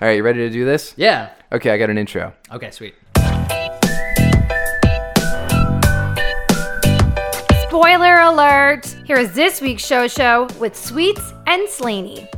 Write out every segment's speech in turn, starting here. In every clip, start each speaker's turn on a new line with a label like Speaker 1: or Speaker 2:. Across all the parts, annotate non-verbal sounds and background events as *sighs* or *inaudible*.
Speaker 1: All right, you ready to do this?
Speaker 2: Yeah.
Speaker 1: Okay, I got an intro.
Speaker 2: Okay, sweet.
Speaker 3: Spoiler alert! Here is this week's show show with Sweets and Slaney.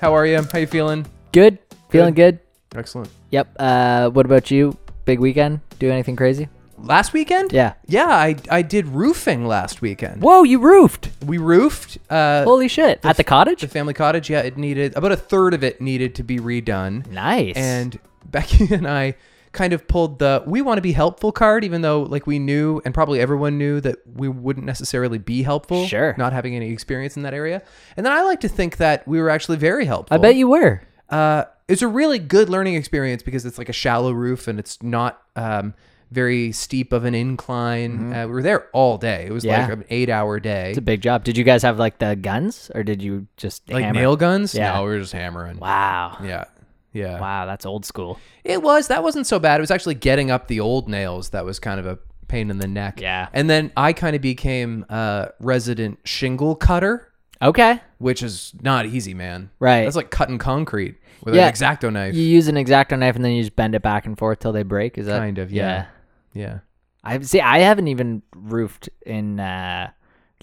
Speaker 1: How are you? How you feeling?
Speaker 2: Good. Feeling good.
Speaker 1: Excellent.
Speaker 2: Yep. Uh, what about you? Big weekend? Do anything crazy?
Speaker 4: Last weekend?
Speaker 2: Yeah.
Speaker 4: Yeah, I, I did roofing last weekend.
Speaker 2: Whoa, you *laughs* roofed!
Speaker 4: We roofed uh,
Speaker 2: Holy shit! At the
Speaker 4: the
Speaker 2: cottage?
Speaker 4: family cottage. Yeah, it needed about a third of it needed to be redone.
Speaker 2: Nice.
Speaker 4: And Becky *laughs* and I kind of pulled the we want to be helpful card, even though like we knew and probably everyone knew that we wouldn't necessarily be helpful.
Speaker 2: Sure.
Speaker 4: Not having any experience in that area. And then I like to think that we were actually very helpful.
Speaker 2: I bet you were.
Speaker 4: uh, it's a really good learning experience because it's like a shallow roof and it's not um, very steep of an incline. Uh, we were there all day. It was
Speaker 2: Mm-hmm. Yeah.
Speaker 4: like an eight-hour day.
Speaker 2: It's a big job. Did you guys have like the guns, or did you just
Speaker 4: Like
Speaker 2: hammer?
Speaker 4: nail guns?
Speaker 2: Yeah.
Speaker 4: No, we were just hammering.
Speaker 2: Wow.
Speaker 4: Yeah. Yeah.
Speaker 2: Wow, that's old school.
Speaker 4: It was. That wasn't so bad. It was actually getting up the old nails that was kind of a pain in the neck.
Speaker 2: Yeah.
Speaker 4: And then I kind of became a resident shingle cutter,
Speaker 2: Okay.
Speaker 4: which is not easy, man.
Speaker 2: Right.
Speaker 4: That's like cutting concrete with
Speaker 2: Yeah.
Speaker 4: an exacto knife.
Speaker 2: You use an exacto knife and then you just bend it back and forth till they break. Is that
Speaker 4: Kind of, yeah. Yeah.
Speaker 2: I see. I haven't even roofed in uh,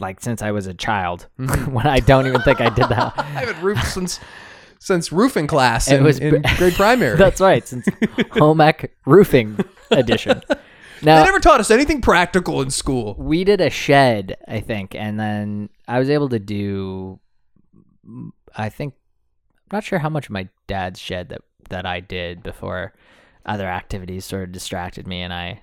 Speaker 2: like since I was a child.
Speaker 4: Mm-hmm.
Speaker 2: *laughs* when I don't even think I did
Speaker 4: I
Speaker 2: that.
Speaker 4: haven't roofed since since roofing class
Speaker 2: It
Speaker 4: in,
Speaker 2: was
Speaker 4: in
Speaker 2: *laughs* b-
Speaker 4: grade primary.
Speaker 2: That's
Speaker 4: *laughs*
Speaker 2: right, since home ec roofing edition.
Speaker 4: they
Speaker 2: Now
Speaker 4: never taught us anything practical in school.
Speaker 2: we did a shed, I think, and then I was able to do. I think I'm not sure how much of my dad's shed that that I did before other activities sort of distracted me, and I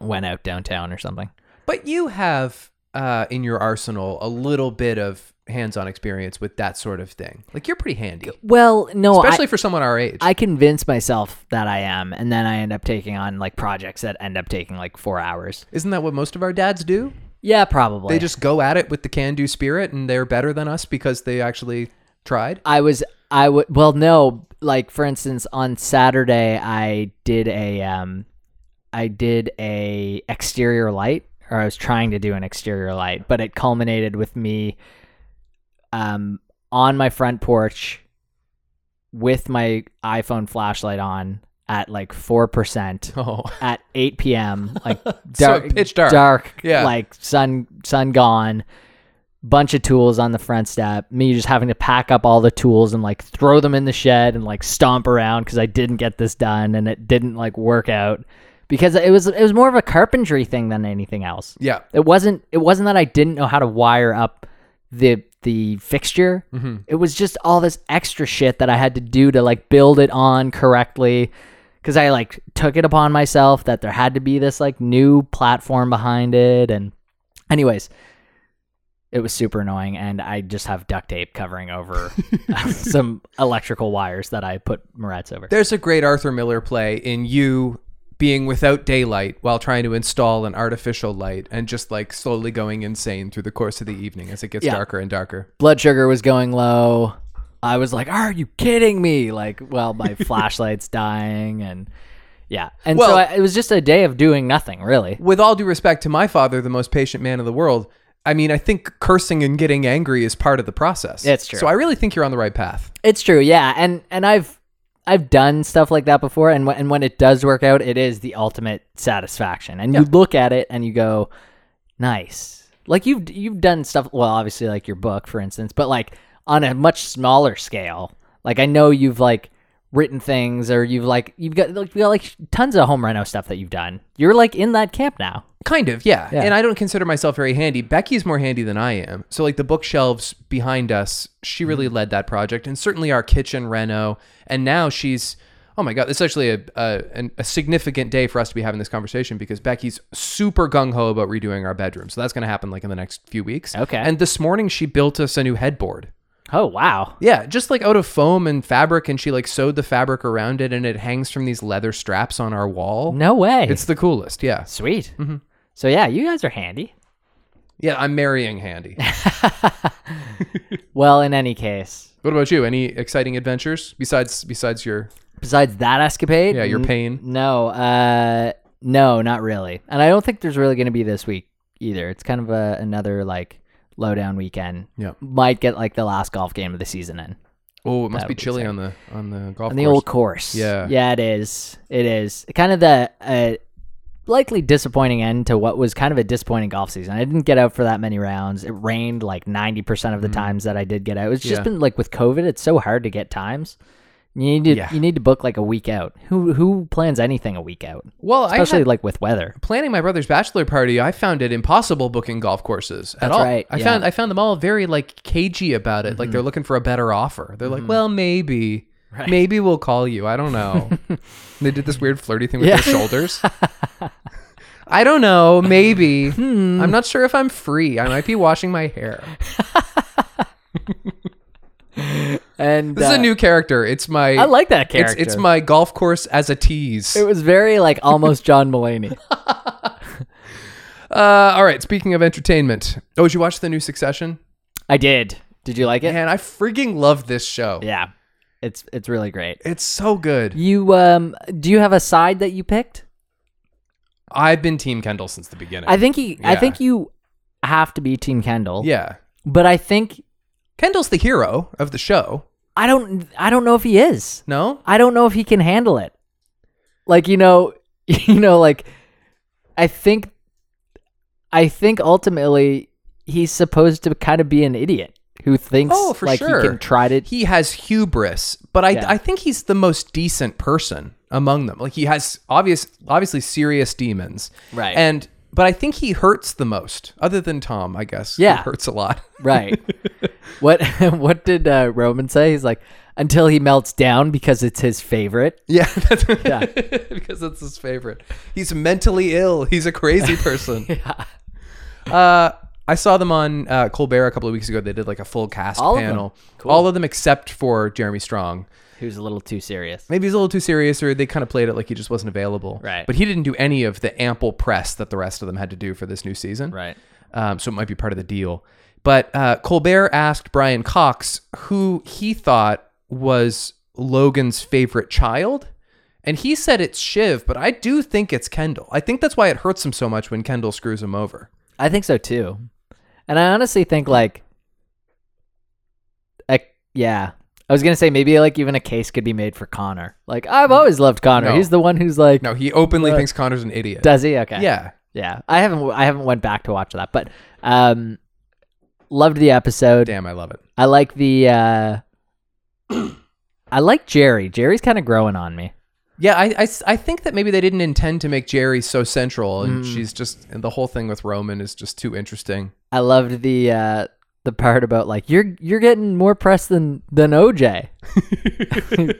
Speaker 2: went out downtown or something.
Speaker 4: But you have uh, in your arsenal a little bit of hands-on experience with that sort of thing. Like you're pretty handy,
Speaker 2: Well, no,
Speaker 4: especially for someone our age.
Speaker 2: I convince myself that I am, and then I end up taking on like projects that end up taking like four hours.
Speaker 4: Isn't that what most of our dads do?
Speaker 2: Yeah, probably.
Speaker 4: They just go at it with the can-do spirit, and they're better than us because they actually tried.
Speaker 2: I was. I would. Well, no. Like for instance, on Saturday, I did a. Um, I did a exterior light, or I was trying to do an exterior light, but it culminated with me. Um, on my front porch, with my iPhone flashlight on at like four percent.
Speaker 4: *laughs* Oh,
Speaker 2: at
Speaker 4: *laughs*
Speaker 2: 8 p.m. like
Speaker 4: So
Speaker 2: dark,
Speaker 4: pitch dark. Yeah.
Speaker 2: like sun sun gone. Bunch of tools on the front step. Me just having to pack up all the tools and like throw them in the shed and like stomp around because I didn't get this done and it didn't like work out because it was it was more of a carpentry thing than anything else.
Speaker 4: yeah.
Speaker 2: It wasn't it wasn't that I didn't know how to wire up the the fixture.
Speaker 4: Mm-hmm.
Speaker 2: It was just all this extra shit that I had to do to like build it on correctly cuz I like took it upon myself that there had to be this like new platform behind it and anyways it was super annoying and I just have duct tape covering over *laughs* some electrical wires that I put Moretz over.
Speaker 4: There's a great Arthur Miller play in you being without daylight while trying to install an artificial light and just like slowly going insane through the course of the evening as it gets
Speaker 2: Yeah.
Speaker 4: darker and darker.
Speaker 2: blood sugar was going low. I was like, "Are you kidding me?" Like, well, my flashlight's dying, and yeah, and so
Speaker 4: Well-
Speaker 2: I, it was just a day of doing nothing, really.
Speaker 4: With all due respect to my father, the most patient man in the world, I mean, I think cursing and getting angry is part of the process.
Speaker 2: It's true.
Speaker 4: So I really think you're on the right path.
Speaker 2: It's true, yeah, and and I've I've done stuff like that before, and when, and when it does work out, it is the ultimate satisfaction. And you look at it and you go, "Nice." Like you've you've done stuff. Well, obviously, like your book, for instance, but like on a much smaller scale. Like I know you've like written things, or you've like you've got like you got like tons of home reno stuff that you've done. You're like in that camp now.
Speaker 4: Kind of, yeah.
Speaker 2: Yeah.
Speaker 4: And I don't consider myself very handy. Becky's more handy than I am. So like the bookshelves behind us, she really
Speaker 2: Mm-hmm.
Speaker 4: led that project, and certainly our kitchen reno. And now she's, oh my god, this is actually a a, an- a significant day for us to be having this conversation because Becky's super gung ho about redoing our bedroom. So that's going to happen like in the next few weeks.
Speaker 2: Okay.
Speaker 4: And this morning she built us a new headboard.
Speaker 2: Oh wow,
Speaker 4: Yeah, just like out of foam and fabric, and she like sewed the fabric around it, and it hangs from these leather straps on our wall.
Speaker 2: no way.
Speaker 4: It's the coolest. Yeah.
Speaker 2: sweet. So yeah, you guys are handy.
Speaker 4: Yeah, I'm marrying handy.
Speaker 2: Well, in any case.
Speaker 4: What about you? Any exciting adventures besides besides your?
Speaker 2: besides that escapade
Speaker 4: Yeah, your
Speaker 2: n-
Speaker 4: pain.
Speaker 2: no uh no not really and i don't think there's really gonna be this week either it's kind of a, another like lowdown weekend
Speaker 4: Yeah.
Speaker 2: might get like the last golf game of the season in
Speaker 4: Oh, it must be
Speaker 2: be
Speaker 4: chilly on the on the golf course.
Speaker 2: on the old course.
Speaker 4: Yeah.
Speaker 2: yeah, it is. It is kind of the uh, likely disappointing end to what was kind of a disappointing golf season. I didn't get out for that many rounds. It rained like ninety percent of the times that I did get out. It's just
Speaker 4: Yeah.
Speaker 2: been like with COVID, it's so hard to get times. You need to
Speaker 4: Yeah.
Speaker 2: you need to book like a week out. Who who plans anything a week out,
Speaker 4: well, I
Speaker 2: especially
Speaker 4: had,
Speaker 2: like with weather?
Speaker 4: planning my brother's bachelor party. I found it impossible booking golf courses at
Speaker 2: That's
Speaker 4: all.
Speaker 2: right,
Speaker 4: I
Speaker 2: yeah. Mm-hmm.
Speaker 4: found I found them all very like cagey about it. Like they're looking for a better offer. They're like, well, maybe. Maybe we'll call you. I don't
Speaker 2: *laughs*
Speaker 4: know. they did this weird flirty thing with
Speaker 2: Yeah.
Speaker 4: their shoulders. *laughs* I don't know. Maybe.
Speaker 2: Hmm.
Speaker 4: I'm not sure if I'm free. I might be washing my hair.
Speaker 2: And
Speaker 4: This is
Speaker 2: uh,
Speaker 4: a new character. It's my.
Speaker 2: I like that
Speaker 4: It's,
Speaker 2: character.
Speaker 4: it's my golf course as a tease.
Speaker 2: It was very like almost John Mulaney.
Speaker 4: Uh, all right. Speaking of entertainment, oh, did you watch the new Succession?
Speaker 2: I did. Did you like it?
Speaker 4: Man, I freaking love this show.
Speaker 2: yeah. It's it's really great.
Speaker 4: It's so good.
Speaker 2: You um do you have a side that you picked?
Speaker 4: I've been Team Kendall since the beginning.
Speaker 2: I think he I
Speaker 4: Yeah.
Speaker 2: think you have to be Team Kendall.
Speaker 4: yeah,
Speaker 2: But I think
Speaker 4: Kendall's the hero of the show.
Speaker 2: I don't I don't know if he is.
Speaker 4: No,
Speaker 2: I don't know if he can handle it. Like, you know, *laughs* you know, like I think I think ultimately he's supposed to kind of be an idiot who thinks
Speaker 4: Oh, for
Speaker 2: like
Speaker 4: sure.
Speaker 2: he can
Speaker 4: *laughs*
Speaker 2: try to
Speaker 4: he has hubris, but I
Speaker 2: Yeah.
Speaker 4: I think he's the most decent person among them. Like he has obvious obviously serious demons,
Speaker 2: Right.
Speaker 4: And but I think he hurts the most, other than Tom. I guess who
Speaker 2: Yeah.
Speaker 4: hurts a lot. *laughs*
Speaker 2: Right. what *laughs* what did uh, Roman say? He's like until he melts down because it's his favorite.
Speaker 4: Yeah, *laughs* that's
Speaker 2: Yeah.
Speaker 4: because that's his favorite. He's mentally ill. He's a
Speaker 2: *laughs*
Speaker 4: crazy person. Uh, I saw them on uh, Colbert a couple of weeks ago. They did like a full cast
Speaker 2: All of them?
Speaker 4: panel. All of them except for Jeremy Strong.
Speaker 2: Who's a little too serious.
Speaker 4: Maybe he's a little too serious, or they kind of played it like he just wasn't available.
Speaker 2: Right.
Speaker 4: But he didn't do any of the ample press that the rest of them had to do for this new season.
Speaker 2: Right.
Speaker 4: Um, so it might be part of the deal. But uh, Colbert asked Brian Cox who he thought was Logan's favorite child. And he said it's Shiv, but I do think it's Kendall. I think that's why it hurts him so much when Kendall screws him over.
Speaker 2: I think so too. And I honestly think like I, yeah. I was going to say maybe like even a case could be made for Connor. Like I've always loved Connor.
Speaker 4: Mm. No.
Speaker 2: He's the one who's like
Speaker 4: No, he openly thinks Connor's an idiot.
Speaker 2: does he? Okay.
Speaker 4: Yeah.
Speaker 2: Yeah. I haven't I haven't went back to watch that, but um loved the episode.
Speaker 4: Damn, I love it.
Speaker 2: I like the uh *clears throat* I like Jerry. Jerry's kind of growing on me.
Speaker 4: Yeah, I, I s- I think that maybe they didn't intend to make Jerry so central, and she's just, and the whole thing with Roman is just too interesting.
Speaker 2: I loved the uh the part about like you're you're getting more press than than OJ. *laughs*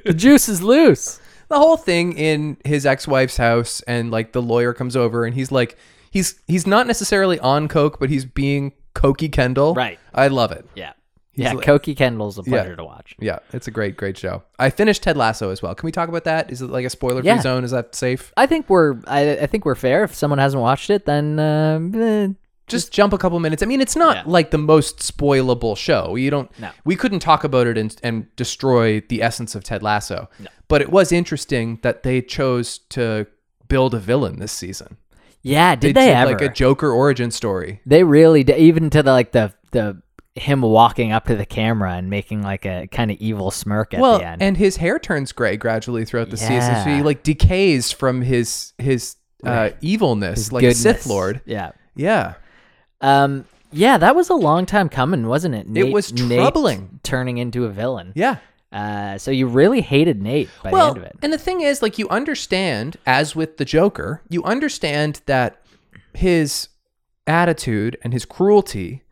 Speaker 2: the juice is loose.
Speaker 4: the whole thing in his ex-wife's house and like the lawyer comes over and he's like he's he's not necessarily on coke but he's being cokey kendall
Speaker 2: Right.
Speaker 4: i love it
Speaker 2: Yeah. yeah,
Speaker 4: like-
Speaker 2: Koki Kendall's a pleasure
Speaker 4: Yeah.
Speaker 2: to watch.
Speaker 4: yeah it's a great great show i finished ted lasso as well can we talk about that is it like a spoiler free
Speaker 2: Yeah.
Speaker 4: zone is that safe
Speaker 2: I think we're I, I think we're fair. If someone hasn't watched it, then um, eh,
Speaker 4: just jump a couple minutes i mean it's not
Speaker 2: Yeah.
Speaker 4: like the most spoilable show you don't
Speaker 2: No.
Speaker 4: we couldn't talk about it and, and destroy the essence of ted lasso but it was interesting that they chose to build a villain this season
Speaker 2: yeah. Did they, ever?
Speaker 4: like a joker origin story
Speaker 2: they really did, even to the like the the him walking up to the camera and making like a kind of evil smirk at
Speaker 4: well,
Speaker 2: the end.
Speaker 4: and his hair turns gray gradually throughout the season, so he
Speaker 2: Yeah.
Speaker 4: like decays from his his uh, evilness, like a Sith
Speaker 2: Goodness.
Speaker 4: Lord.
Speaker 2: Yeah.
Speaker 4: Yeah,
Speaker 2: Um. Yeah, that was a long time coming, wasn't it? Nate,
Speaker 4: was
Speaker 2: Nate
Speaker 4: troubling.
Speaker 2: turning into a villain.
Speaker 4: yeah.
Speaker 2: Uh, so you really hated Nate by
Speaker 4: well,
Speaker 2: the end of it.
Speaker 4: and the thing is, like, you understand, as with the Joker, you understand that his attitude and his cruelty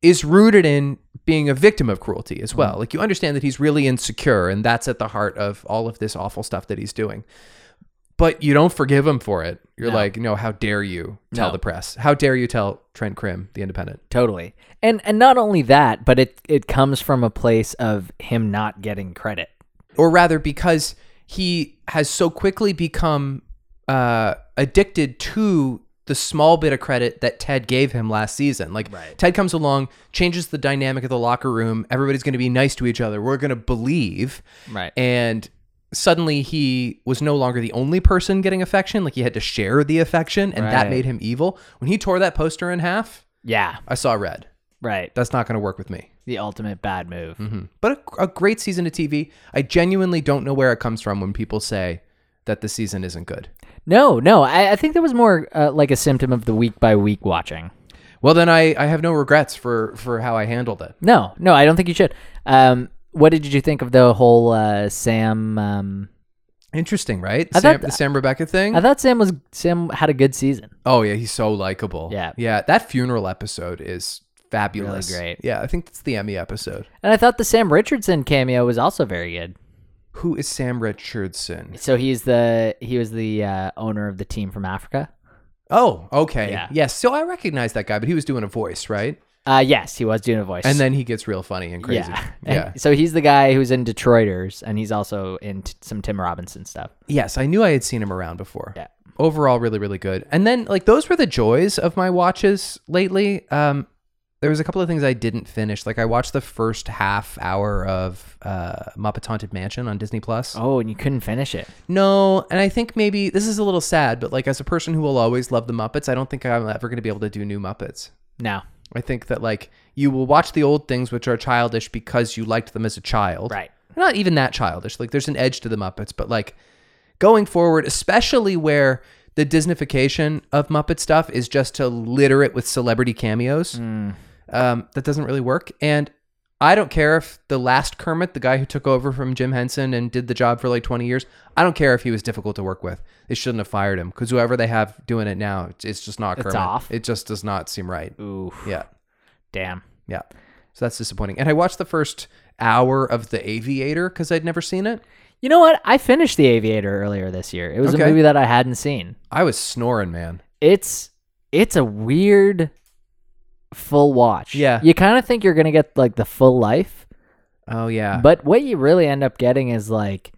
Speaker 4: is rooted in being a victim of cruelty as
Speaker 2: Mm-hmm.
Speaker 4: well. Like, you understand that he's really insecure, and that's at the heart of all of this awful stuff that he's doing. But you don't forgive him for it. You're
Speaker 2: No.
Speaker 4: like, no, how dare you tell
Speaker 2: No.
Speaker 4: the press? How dare you tell Trent Krim, the Independent?
Speaker 2: Totally. And and not only that, but it it comes from a place of him not getting credit.
Speaker 4: or rather because he has so quickly become uh, addicted to the small bit of credit that Ted gave him last season. Like Ted comes along, changes the dynamic of the locker room. Everybody's going to be nice to each other. We're going to believe.
Speaker 2: Right.
Speaker 4: And suddenly he was no longer the only person getting affection. Like he had to share the affection, and that
Speaker 2: Right.
Speaker 4: made him evil. When he tore that poster in half,
Speaker 2: yeah.
Speaker 4: I saw red.
Speaker 2: Right.
Speaker 4: That's not going to work with me.
Speaker 2: The ultimate bad move.
Speaker 4: But a, a great season of TV. I genuinely don't know where it comes from when people say that the season isn't good.
Speaker 2: No, no. I, I think that was more uh, like a symptom of the week by week watching.
Speaker 4: Well, then I, I have no regrets for, for how I handled it.
Speaker 2: No, no, I don't think you should. Um, what did you think of the whole uh, Sam? Um,
Speaker 4: Interesting, right?
Speaker 2: I
Speaker 4: Sam,
Speaker 2: thought-
Speaker 4: the Sam Rebecca thing.
Speaker 2: I thought Sam was Sam had a good season.
Speaker 4: oh yeah, he's so likable.
Speaker 2: Yeah.
Speaker 4: yeah. That funeral episode is fabulous.
Speaker 2: great.
Speaker 4: Yeah, I think that's the Emmy episode.
Speaker 2: And I thought the Sam Richardson cameo was also very good.
Speaker 4: Who is Sam Richardson?
Speaker 2: So he's the he was the uh, owner of the team from Africa.
Speaker 4: Oh, okay.
Speaker 2: Yeah.
Speaker 4: Yes. So I recognize that guy, but he was doing a voice, right?
Speaker 2: Uh, yes, he was doing a voice.
Speaker 4: And then he gets real funny and crazy.
Speaker 2: yeah, *laughs* And
Speaker 4: yeah.
Speaker 2: so he's the guy who's in Detroiters, and he's also in t- some Tim Robinson stuff.
Speaker 4: Yes, I knew I had seen him around before.
Speaker 2: Yeah.
Speaker 4: Overall, really, really good. And then, like, those were the joys of my watches lately. Um, there was a couple of things I didn't finish. Like, I watched the first half hour of uh, Muppet Haunted Mansion on Disney Plus.
Speaker 2: Oh, and you couldn't finish it.
Speaker 4: No, and I think maybe this is a little sad, but like, as a person who will always love the Muppets, I don't think I'm ever going to be able to do new Muppets.
Speaker 2: No,
Speaker 4: I think that like you will watch the old things which are childish because you liked them as a child.
Speaker 2: Right.
Speaker 4: Not even that childish. Like there's an edge to the Muppets, but like going forward, especially where the Disneyfication of Muppet stuff is just to litter it with celebrity cameos.
Speaker 2: Hmm.
Speaker 4: Um, that doesn't really work. And I don't care if the last Kermit, the guy who took over from Jim Henson and did the job for like 20 years, I don't care if he was difficult to work with. They shouldn't have fired him because whoever they have doing it now, it's- it's just not
Speaker 2: It's
Speaker 4: Kermit.
Speaker 2: off.
Speaker 4: It just does not seem right.
Speaker 2: ooh,
Speaker 4: Yeah.
Speaker 2: damn.
Speaker 4: Yeah. So that's disappointing. And I watched the first hour of The Aviator because I'd never seen it.
Speaker 2: You know what? I finished The Aviator earlier this year. It was
Speaker 4: Okay.
Speaker 2: a movie that I hadn't seen.
Speaker 4: I was snoring, man.
Speaker 2: It's it's a weird full watch.
Speaker 4: Yeah.
Speaker 2: You kind of think you're going to get like the full life,
Speaker 4: Oh, yeah.
Speaker 2: but what you really end up getting is like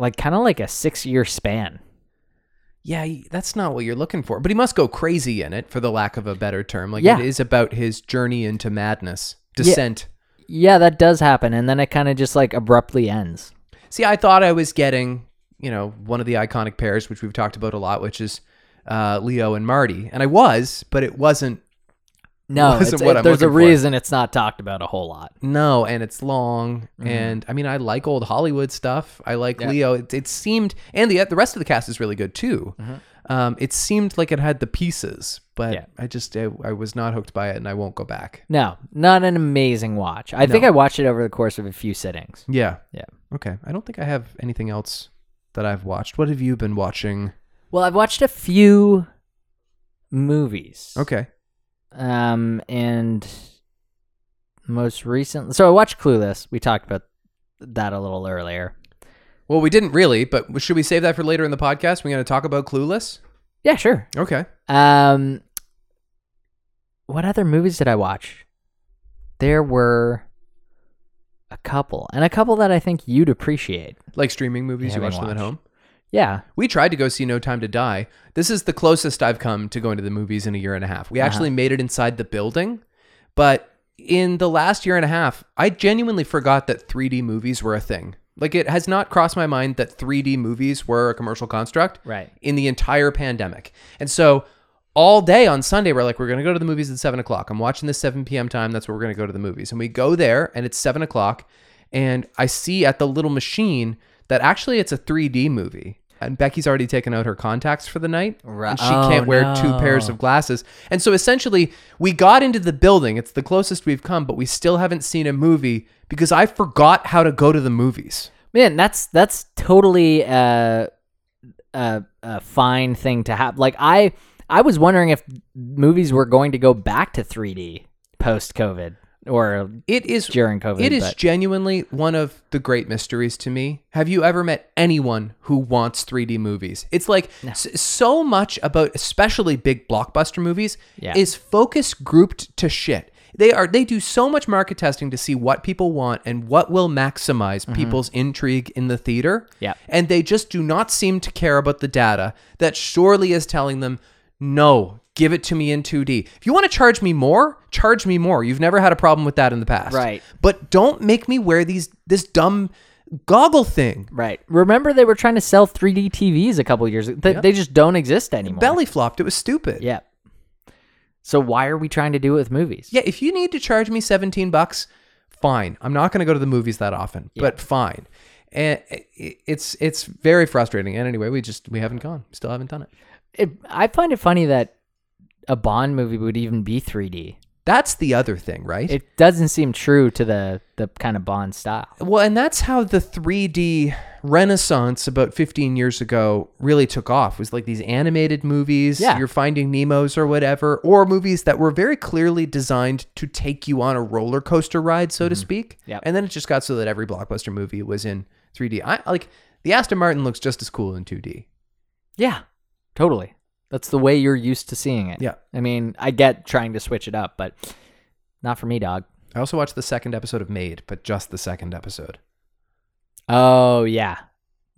Speaker 2: like kind of like a 6-year span.
Speaker 4: yeah, y- that's not what you're looking for. But he must go crazy in it, for the lack of a better term. Like,
Speaker 2: Yeah.
Speaker 4: it is about his journey into madness, descent.
Speaker 2: Yeah, that does happen and then it kind of just like abruptly ends.
Speaker 4: See, I thought I was getting, you know, one of the iconic pairs, which we've talked about a lot, which is uh, Leo and Marty. And I was, but it wasn't.
Speaker 2: No,
Speaker 4: *laughs* Wasn't
Speaker 2: it's-
Speaker 4: what
Speaker 2: it-
Speaker 4: I'm
Speaker 2: there's a
Speaker 4: looking for.
Speaker 2: reason it's not talked about a whole lot.
Speaker 4: No, and it's long,
Speaker 2: Mm-hmm.
Speaker 4: and I mean, I like old Hollywood stuff. I like Leo. It, it seemed, and the the rest of the cast is really good too. Um, it seemed like it had the pieces, but
Speaker 2: Mm-hmm. Yeah.
Speaker 4: I just I, I was not hooked by it, and I won't go back.
Speaker 2: No, not an amazing watch. I think I watched it over the course of a few sittings.
Speaker 4: Yeah,
Speaker 2: Yeah.
Speaker 4: okay. I don't think I have anything else that I've watched. What have you been watching?
Speaker 2: Well, I've watched a few movies.
Speaker 4: Okay,
Speaker 2: Um, and most recent, so I watched Clueless. We talked about that a little earlier.
Speaker 4: well, we didn't really, but should we save that for later in the podcast? We're going to talk about Clueless.
Speaker 2: Yeah, sure.
Speaker 4: Okay,
Speaker 2: Um, what other movies did I watch? There were a couple, and a couple that I think you'd appreciate.
Speaker 4: like streaming movies, you
Speaker 2: Haven't
Speaker 4: watch them at
Speaker 2: watched.
Speaker 4: home.
Speaker 2: Yeah,
Speaker 4: We tried to go see No Time to Die. This is the closest I've come to going to the movies in a year and a half. We actually made it inside the building, but in the last year and a half, I genuinely forgot that 3D movies were a thing. Like it has not crossed my mind that 3D movies were a commercial construct
Speaker 2: right.
Speaker 4: in the entire pandemic. And so all day on Sunday, we're like, we're going to go to the movies at seven o'clock. I'm watching this 7 p.m. time. That's where we're going to go to the movies. And we go there and it's seven o'clock. And I see at the little machine that actually it's a 3D movie. And Becky's already taken out her contacts for the night.
Speaker 2: Right.
Speaker 4: And she
Speaker 2: Oh,
Speaker 4: can't wear two
Speaker 2: no.
Speaker 4: pairs of glasses. And so essentially, we got into the building. It's the closest we've come, but we still haven't seen a movie because I forgot how to go to the movies.
Speaker 2: Man, that's that's totally uh, a a fine thing to have. Like I I was wondering if movies were going to go back to 3D post COVID or
Speaker 4: It is
Speaker 2: during COVID.
Speaker 4: It is
Speaker 2: but-
Speaker 4: genuinely one of the great mysteries to me. Have you ever met anyone who wants 3D movies? It's like s- so much about, especially big blockbuster movies,
Speaker 2: Yeah.
Speaker 4: is focus grouped to shit. They are they do so much market testing to see what people want and what will maximize people's intrigue in the theater.
Speaker 2: Mm-hmm. Yeah.
Speaker 4: And they just do not seem to care about the data that surely is telling them, no, give it to me in 2D. If you want to charge me more, charge me more. You've never had a problem with that in the past.
Speaker 2: Right.
Speaker 4: But don't make me wear these this dumb goggle thing.
Speaker 2: right. Remember they were trying to sell 3D TVs a couple years ago. They, they just don't exist anymore.
Speaker 4: Belly flopped. It was stupid.
Speaker 2: Yeah. So why are we trying to do it with movies?
Speaker 4: Yeah, if you need to charge me 17 bucks, fine. I'm not going to go to the movies that often, but fine. And it- it's it's very frustrating. And anyway, we just we haven't gone. Still haven't done it.
Speaker 2: It, I find it funny that a Bond movie would even be 3D.
Speaker 4: That's the other thing, right?
Speaker 2: It doesn't seem true to the the kind of Bond style.
Speaker 4: well, and that's how the 3D renaissance about 15 years ago really took off. Was like these animated movies,
Speaker 2: Yeah.
Speaker 4: you're finding Nemo's or whatever, or movies that were very clearly designed to take you on a roller coaster ride, so to speak.
Speaker 2: Yep.
Speaker 4: And then it just got so that every blockbuster movie was in 3D. I like the Aston Martin looks just as cool in 2D.
Speaker 2: Yeah, totally. That's the way you're used to seeing it.
Speaker 4: Yeah.
Speaker 2: I mean, I get trying to switch it up, but not for me, dog.
Speaker 4: I also watched the second episode of Made, but just the second episode.
Speaker 2: Oh yeah.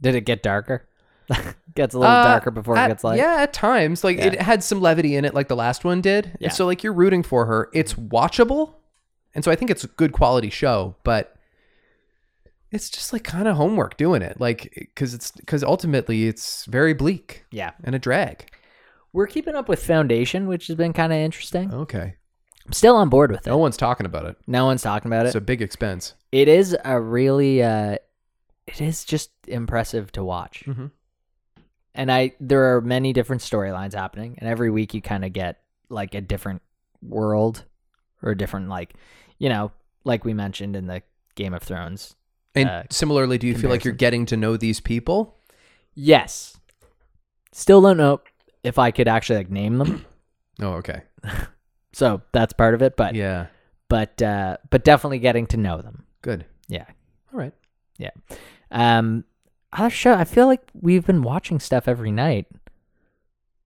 Speaker 2: Did it get darker? *laughs* gets a little darker before it gets light.
Speaker 4: Uh, Yeah, at times. Like it had some levity in it like the last one did. And
Speaker 2: Yeah.
Speaker 4: so like you're rooting for her. It's watchable. And so I think it's a good quality show, but it's just like kind of homework doing it. Like cuz it's cuz ultimately it's very bleak
Speaker 2: Yeah.
Speaker 4: and a drag.
Speaker 2: We're keeping up with Foundation, which has been kind of interesting.
Speaker 4: Okay.
Speaker 2: I'm still on board with it.
Speaker 4: No one's talking about it.
Speaker 2: No one's talking about it.
Speaker 4: It's a big expense.
Speaker 2: it is a really uh it is just impressive to watch
Speaker 4: Mhm.
Speaker 2: and i there are many different storylines happening and every week you kind of get like a different world or a different like you know like we mentioned in the game of thrones
Speaker 4: And
Speaker 2: Uh,
Speaker 4: similarly, do you feel like you're getting to know these people?
Speaker 2: yes still don't know if i could actually like name them
Speaker 4: Oh, okay.
Speaker 2: so that's part of it but
Speaker 4: Yeah.
Speaker 2: but uh but definitely getting to know them
Speaker 4: Good.
Speaker 2: yeah
Speaker 4: All right.
Speaker 2: Yeah. Um other show I feel like we've been watching stuff every night.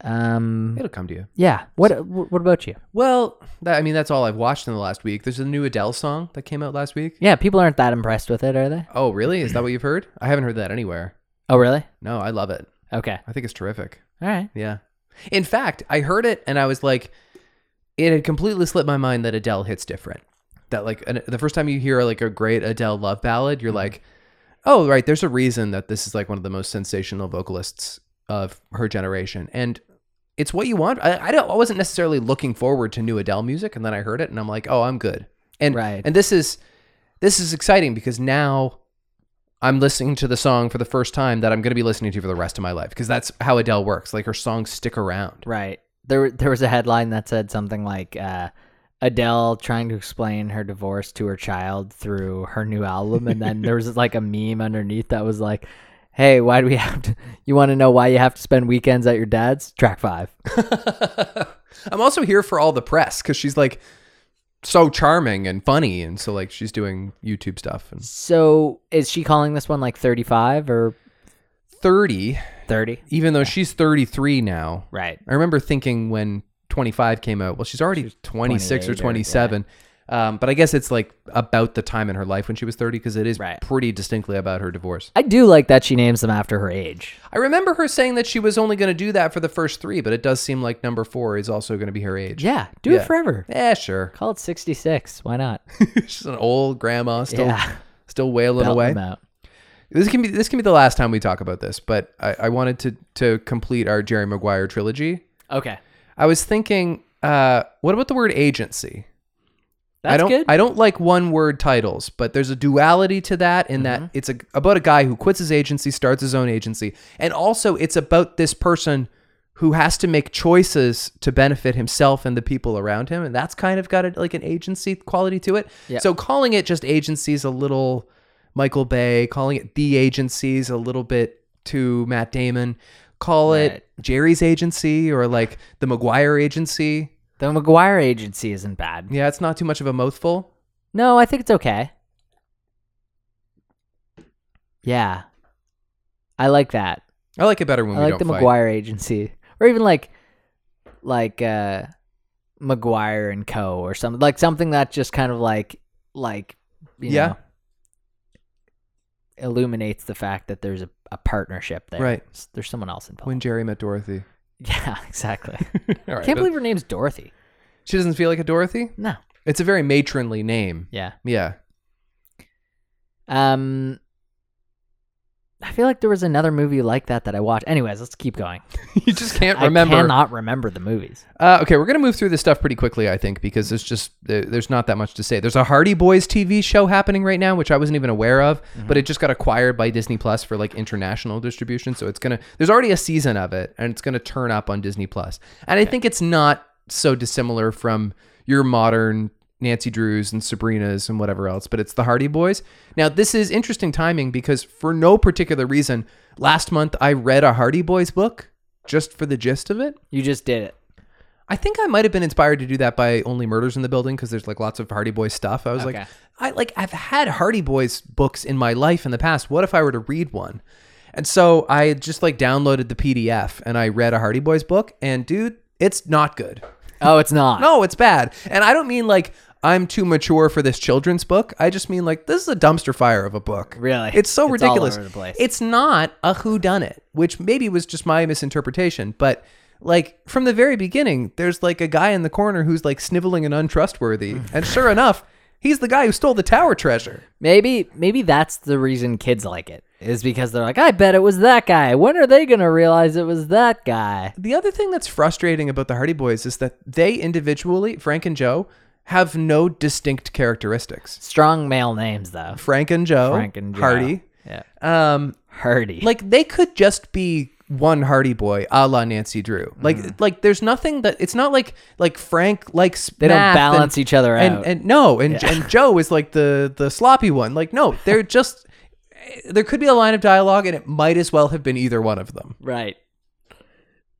Speaker 2: Um
Speaker 4: It'll come to you.
Speaker 2: yeah. What wh- what about you?
Speaker 4: Well, that, I mean, that's all I've watched in the last week. There's a new Adele song that came out last week.
Speaker 2: Yeah, people aren't that impressed with it, are they?
Speaker 4: Oh, really? Is that what you've heard? I haven't heard that anywhere.
Speaker 2: Oh really?
Speaker 4: No, I love it.
Speaker 2: Okay.
Speaker 4: I think it's terrific.
Speaker 2: All right.
Speaker 4: Yeah. In fact, I heard it and I was like, it had completely slipped my mind that Adele hits different. That like an, the first time you hear like a great Adele love ballad, you're like, oh right, there's a reason that this is like one of the most sensational vocalists of her generation, and it's what you want. I, I don't. I wasn't necessarily looking forward to new Adele music, and then I heard it, and I'm like, oh, I'm good. And
Speaker 2: Right.
Speaker 4: and this is this is exciting because now I'm listening to the song for the first time that I'm going to be listening to for the rest of my life because that's how Adele works. Like her songs stick around.
Speaker 2: Right. There there was a headline that said something like uh Adele trying to explain her divorce to her child through her new album and then there was like a meme underneath that was like Hey, why do we have to? You want to know why you have to spend weekends at your dad's? Track five.
Speaker 4: *laughs* I'm also here for all the press because she's like so charming and funny, and so like she's doing YouTube stuff. And
Speaker 2: So is she calling this one like 35 or
Speaker 4: 30,
Speaker 2: 30?
Speaker 4: even though she's 33 now,
Speaker 2: Right.
Speaker 4: I remember thinking when 25 came out, well, she's already 26
Speaker 2: 28
Speaker 4: or
Speaker 2: or-
Speaker 4: 27. Um, but I guess it's like about the time in her life when she was 30 because it is
Speaker 2: Right.
Speaker 4: pretty distinctly about her divorce.
Speaker 2: I do like that she names them after her age.
Speaker 4: I remember her saying that she was only going to do that for the first three, but it does seem like number four is also going to be her age.
Speaker 2: Yeah, do
Speaker 4: Yeah.
Speaker 2: it forever.
Speaker 4: Yeah, sure. *laughs*
Speaker 2: Call it 66. Why not?
Speaker 4: she's an old grandma still,
Speaker 2: yeah.
Speaker 4: still wailing
Speaker 2: Belt
Speaker 4: away.
Speaker 2: them out.
Speaker 4: This can be this can be the last time we talk about this, but I, I wanted to to complete our Jerry Maguire trilogy.
Speaker 2: Okay.
Speaker 4: I was thinking, uh, what about the word agency?
Speaker 2: That's
Speaker 4: I don't
Speaker 2: good.
Speaker 4: I don't like one word titles, but there's a duality to that in
Speaker 2: Mm-hmm.
Speaker 4: that it's a, about a guy who quits his agency, starts his own agency, and also it's about this person who has to make choices to benefit himself and the people around him, and that's kind of got a, like an agency quality to it.
Speaker 2: Yeah.
Speaker 4: So calling it just agency is a little Michael Bay, calling it the agency is a little bit too Matt Damon. Call
Speaker 2: Right.
Speaker 4: it Jerry's agency or like the McGuire agency.
Speaker 2: the McGuire agency isn't bad.
Speaker 4: Yeah, it's not too much of a mouthful.
Speaker 2: No, I think it's okay. Yeah. I like that.
Speaker 4: I like it better when
Speaker 2: I
Speaker 4: we
Speaker 2: like
Speaker 4: don't
Speaker 2: the
Speaker 4: fight.
Speaker 2: McGuire agency, or even like, like uh, McGuire and Co. or something like something that just kind of like, like, you
Speaker 4: Yeah.
Speaker 2: know, illuminates the fact that there's a, a partnership there.
Speaker 4: Right.
Speaker 2: S- There's someone else involved.
Speaker 4: When Jerry met Dorothy.
Speaker 2: *laughs* yeah, exactly.
Speaker 4: *laughs* All right,
Speaker 2: Can't
Speaker 4: but
Speaker 2: believe her name's Dorothy.
Speaker 4: she doesn't feel like a Dorothy.
Speaker 2: No.
Speaker 4: It's a very matronly name.
Speaker 2: Yeah.
Speaker 4: Yeah.
Speaker 2: Um. I feel like there was another movie like that that I watched. Anyways, let's keep going.
Speaker 4: *laughs* you just can't remember.
Speaker 2: I cannot remember the movies.
Speaker 4: Uh, okay, we're gonna move through this stuff pretty quickly, I think, because there's just there- there's not that much to say. There's a Hardy Boys TV show happening right now, which I wasn't even aware of, but it just got acquired by Disney Plus for like international distribution. So it's gonna there's already a season of it, and it's gonna turn up on Disney Plus. And I think it's not so dissimilar from your modern Nancy Drews and Sabrina's and whatever else, but it's the Hardy Boys. Now, this is interesting timing because for no particular reason, last month I read a Hardy Boys book just for the gist of it.
Speaker 2: You just did it.
Speaker 4: I think I might have been inspired to do that by Only Murders in the Building because there's like lots of Hardy Boys stuff. I was
Speaker 2: Okay.
Speaker 4: like, I like I've had Hardy Boys books in my life in the past. What if I were to read one? And so I just like downloaded the PDF and I read a Hardy Boys book, and dude, it's not good.
Speaker 2: Oh, it's not.
Speaker 4: No, it's bad. And I don't mean like I'm too mature for this children's book. I just mean like this is a dumpster fire of a book.
Speaker 2: Really?
Speaker 4: It's so
Speaker 2: It's all
Speaker 4: ridiculous.
Speaker 2: over the place.
Speaker 4: It's not a who done it, which maybe was just my misinterpretation, but like from the very beginning, there's like a guy in the corner who's like sniveling and untrustworthy.
Speaker 2: Mm.
Speaker 4: and sure enough, he's the guy who stole the tower treasure.
Speaker 2: Maybe maybe that's the reason kids like it is because they're like, I bet it was that guy. When are they gonna realize it was that guy?
Speaker 4: The other thing that's frustrating about the Hardy Boys is that they individually, Frank and Joe, have no distinct characteristics.
Speaker 2: Strong male names though.
Speaker 4: Frank and Joe,
Speaker 2: Frank and Joe.
Speaker 4: Hardy.
Speaker 2: Yeah.
Speaker 4: Um,
Speaker 2: Hardy.
Speaker 4: like they could just be one Hardy Boy, a la Nancy Drew. Like,
Speaker 2: Mm.
Speaker 4: like there's nothing that it's not like like Frank likes
Speaker 2: They don't
Speaker 4: math
Speaker 2: balance
Speaker 4: and,
Speaker 2: each other
Speaker 4: and,
Speaker 2: out.
Speaker 4: And no, and and Joe is like the the sloppy one. Like no,
Speaker 2: *laughs*
Speaker 4: they're just eh, there could be a line of dialogue, and it might as well have been either one of them.
Speaker 2: right. *laughs*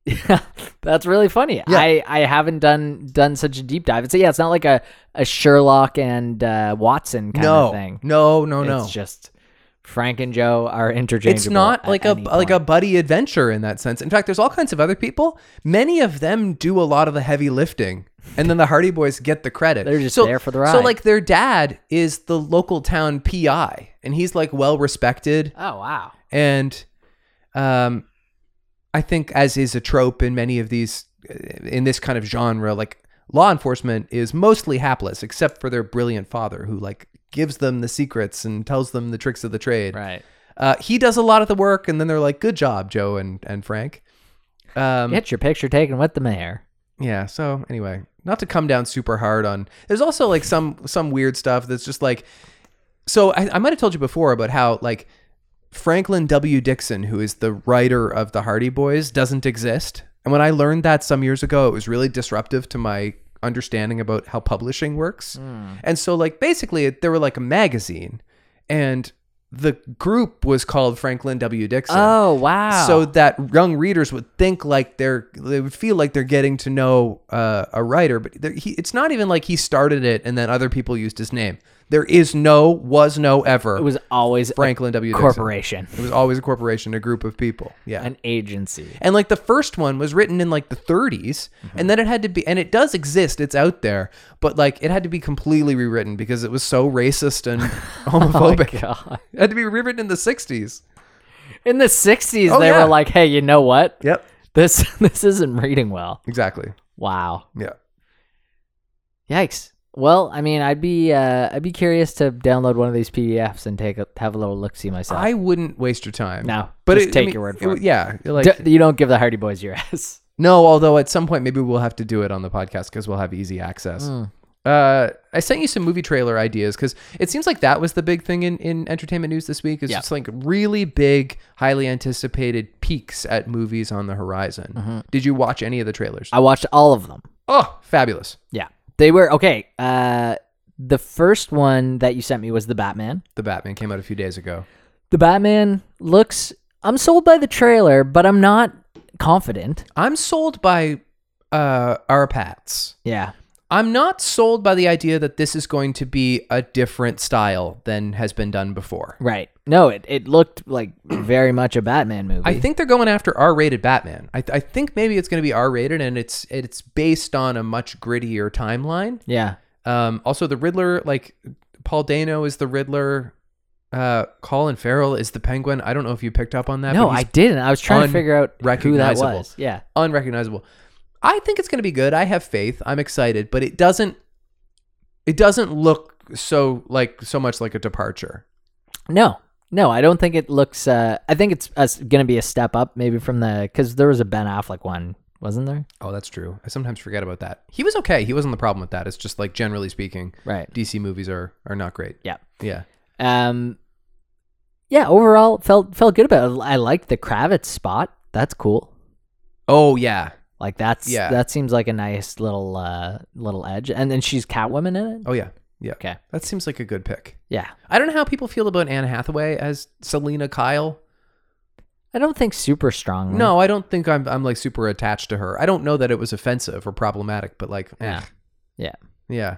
Speaker 2: Yeah, that's really funny. I, I haven't done done such a deep dive. It's yeah, it's not like a, a Sherlock and uh, Watson kind
Speaker 4: No,
Speaker 2: of thing.
Speaker 4: no, no, no.
Speaker 2: It's just Frank and Joe are interchangeable.
Speaker 4: it's not
Speaker 2: at
Speaker 4: like a
Speaker 2: any
Speaker 4: like a
Speaker 2: point.
Speaker 4: buddy adventure in that sense. In fact, there's all kinds of other people. Many of them do a lot of the heavy lifting, and then the Hardy Boys get the credit.
Speaker 2: They're just there for the
Speaker 4: So
Speaker 2: ride.
Speaker 4: like their dad is the local town PI, and he's like well respected,
Speaker 2: Oh wow.
Speaker 4: and um, I think as is a trope in many of these uh, in this kind of genre, like law enforcement is mostly hapless except for their brilliant father who like gives them the secrets and tells them the tricks of the trade
Speaker 2: Right.
Speaker 4: uh, he does a lot of the work, and then they're like, "Good job, Joe and and Frank." Um,
Speaker 2: Get your picture taken with the mayor.
Speaker 4: Yeah. So anyway, not to come down super hard on. There's also like some some weird stuff that's just like. So I, I might have told you before about how like Franklin W. Dixon, who is the writer of the Hardy Boys, doesn't exist. And when I learned that some years ago, it was really disruptive to my understanding about how publishing works. And so, like, basically, it, they were like a magazine, and the group was called Franklin W. Dixon
Speaker 2: Oh wow!
Speaker 4: so that young readers would think like they're they would feel like they're getting to know uh, a writer but there, he, it's not even like he started it and then other people used his name there is no was no ever
Speaker 2: it was always
Speaker 4: franklin w
Speaker 2: a
Speaker 4: Dixon.
Speaker 2: corporation,
Speaker 4: it was always a corporation a group of people yeah
Speaker 2: an
Speaker 4: *laughs*
Speaker 2: agency.
Speaker 4: and like the first one was written in like the 30s
Speaker 2: Mm-hmm.
Speaker 4: and then it had to be and it does exist it's out there but like it had to be completely rewritten because it was so racist
Speaker 2: *laughs*
Speaker 4: and homophobic
Speaker 2: Oh God.
Speaker 4: it had to be rewritten in the 60s
Speaker 2: In the '60s,
Speaker 4: Oh,
Speaker 2: they
Speaker 4: yeah.
Speaker 2: were like, "Hey, you know what?
Speaker 4: yep
Speaker 2: This *laughs* this isn't reading well."
Speaker 4: exactly
Speaker 2: Wow.
Speaker 4: yeah
Speaker 2: Yikes. Well, I mean, I'd be uh, I'd be curious to download one of these PDFs and take a, have a little look see myself.
Speaker 4: I wouldn't waste your time.
Speaker 2: No,
Speaker 4: but
Speaker 2: just
Speaker 4: I
Speaker 2: take
Speaker 4: mean,
Speaker 2: your word for it.
Speaker 4: Yeah, like
Speaker 2: D- you don't give the Hardy Boys your *laughs* ass.
Speaker 4: no. Although at some point maybe we'll have to do it on the podcast because we'll have easy access. Uh, I sent you some movie trailer ideas because it seems like that was the big thing in, in entertainment news this week. Is
Speaker 2: Yeah.
Speaker 4: just like really big, highly anticipated peaks at movies on the horizon. Did you watch any of the trailers?
Speaker 2: I watched all of them.
Speaker 4: oh, fabulous!
Speaker 2: Yeah, they were okay. Uh, the first one that you sent me was the Batman.
Speaker 4: The Batman came out a few days ago.
Speaker 2: The Batman looks. I'm sold by the trailer, but I'm not confident.
Speaker 4: I'm sold by uh, our pats.
Speaker 2: Yeah.
Speaker 4: I'm not sold by the idea that this is going to be a different style than has been done before.
Speaker 2: Right. No, it, it looked like very much a Batman movie.
Speaker 4: I think they're going after R-rated Batman. I, I think maybe it's going to be R-rated, and it's it's based on a much grittier timeline.
Speaker 2: Yeah.
Speaker 4: Um, also, the Riddler, like Paul Dano is the Riddler. Uh, Colin Farrell is the Penguin. I don't know if you picked up on that.
Speaker 2: No,
Speaker 4: but
Speaker 2: I
Speaker 4: he's
Speaker 2: didn't. I was trying to figure out who that
Speaker 4: unrecognizable.
Speaker 2: was. Yeah.
Speaker 4: unrecognizable. I think it's going to be good. I have faith. I'm excited, but it doesn't. It doesn't look so like so much like a departure.
Speaker 2: No. No, I don't think it looks. Uh, I think it's uh, going to be a step up, maybe from the because there was a Ben Affleck one, wasn't there?
Speaker 4: Oh, that's true. I sometimes forget about that. He was okay. He wasn't the problem with that. It's just like generally speaking,
Speaker 2: Right.
Speaker 4: DC movies are are not great.
Speaker 2: Yeah.
Speaker 4: Yeah.
Speaker 2: Um. Yeah. Overall, felt felt good about. it. I liked the Kravitz spot. That's cool.
Speaker 4: Oh yeah.
Speaker 2: Like that's
Speaker 4: Yeah.
Speaker 2: that seems like a nice little uh little edge. And then she's Catwoman in it.
Speaker 4: Oh yeah. Yeah.
Speaker 2: Okay.
Speaker 4: That seems like a good pick.
Speaker 2: Yeah.
Speaker 4: I don't know how people feel about Anne Hathaway as Selena Kyle.
Speaker 2: I don't think super strongly.
Speaker 4: No, I don't think I'm I'm like super attached to her. I don't know that it was offensive or problematic, but like eh.
Speaker 2: Yeah. Yeah.
Speaker 4: Yeah.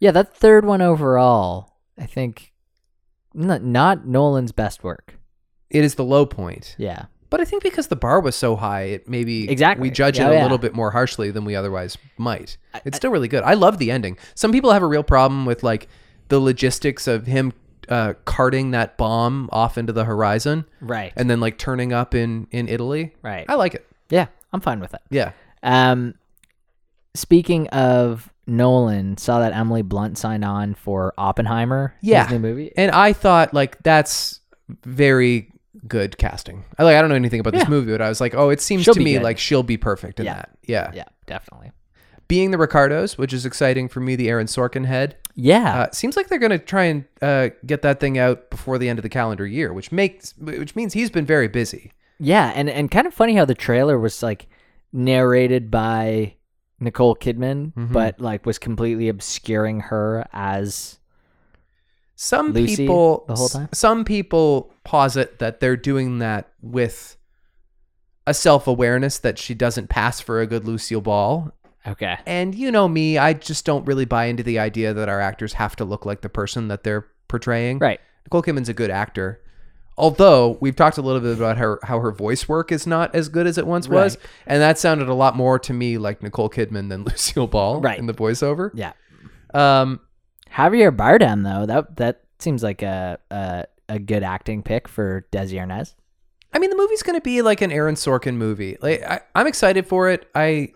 Speaker 2: Yeah, that third one overall, I think not, not Nolan's best work.
Speaker 4: It is the low point.
Speaker 2: Yeah.
Speaker 4: But I think because the bar was so high, it maybe
Speaker 2: Exactly.
Speaker 4: we judge
Speaker 2: Yeah,
Speaker 4: it a
Speaker 2: yeah.
Speaker 4: little bit more harshly than we otherwise might. It's still really good. I love the ending. Some people have a real problem with like the logistics of him uh, carting that bomb off into the horizon
Speaker 2: Right.
Speaker 4: and then like turning up in in Italy.
Speaker 2: Right.
Speaker 4: I like it.
Speaker 2: Oh, yeah, I'm fine with it.
Speaker 4: Yeah.
Speaker 2: Um speaking of Nolan, saw that Emily Blunt signed on for Oppenheimer,
Speaker 4: Yeah.
Speaker 2: his new movie.
Speaker 4: And I thought like that's very good casting. I like I don't know anything about this
Speaker 2: Yeah.
Speaker 4: movie, but I was like, oh, it seems
Speaker 2: She'll
Speaker 4: to
Speaker 2: be
Speaker 4: me
Speaker 2: good.
Speaker 4: like she'll be perfect in
Speaker 2: Yeah.
Speaker 4: that. Yeah.
Speaker 2: Yeah, definitely.
Speaker 4: Being the Ricardos, which is exciting for me, the Aaron Sorkin head.
Speaker 2: Yeah.
Speaker 4: Uh, seems like they're going to try and uh, get that thing out before the end of the calendar year, which makes which means he's been very busy.
Speaker 2: yeah, and and kind of funny how the trailer was like narrated by Nicole Kidman, but like was completely obscuring her as
Speaker 4: Some
Speaker 2: Lucy
Speaker 4: people
Speaker 2: the whole time?
Speaker 4: s- some people posit that they're doing that with a self-awareness that she doesn't pass for a good Lucille Ball.
Speaker 2: okay.
Speaker 4: And you know me, I just don't really buy into the idea that our actors have to look like the person that they're portraying.
Speaker 2: Right.
Speaker 4: Nicole Kidman's a good actor. Although we've talked a little bit about her, how her voice work is not as good as it once was,
Speaker 2: Right.
Speaker 4: and that sounded a lot more to me like Nicole Kidman than *laughs* Lucille Ball
Speaker 2: Right.
Speaker 4: in the voiceover.
Speaker 2: Yeah.
Speaker 4: Um,
Speaker 2: Javier Bardem though that that seems like a a, a good acting pick for Desi Arnaz.
Speaker 4: I mean, the movie's going to be like an Aaron Sorkin movie. Like, I, I'm excited for it. I,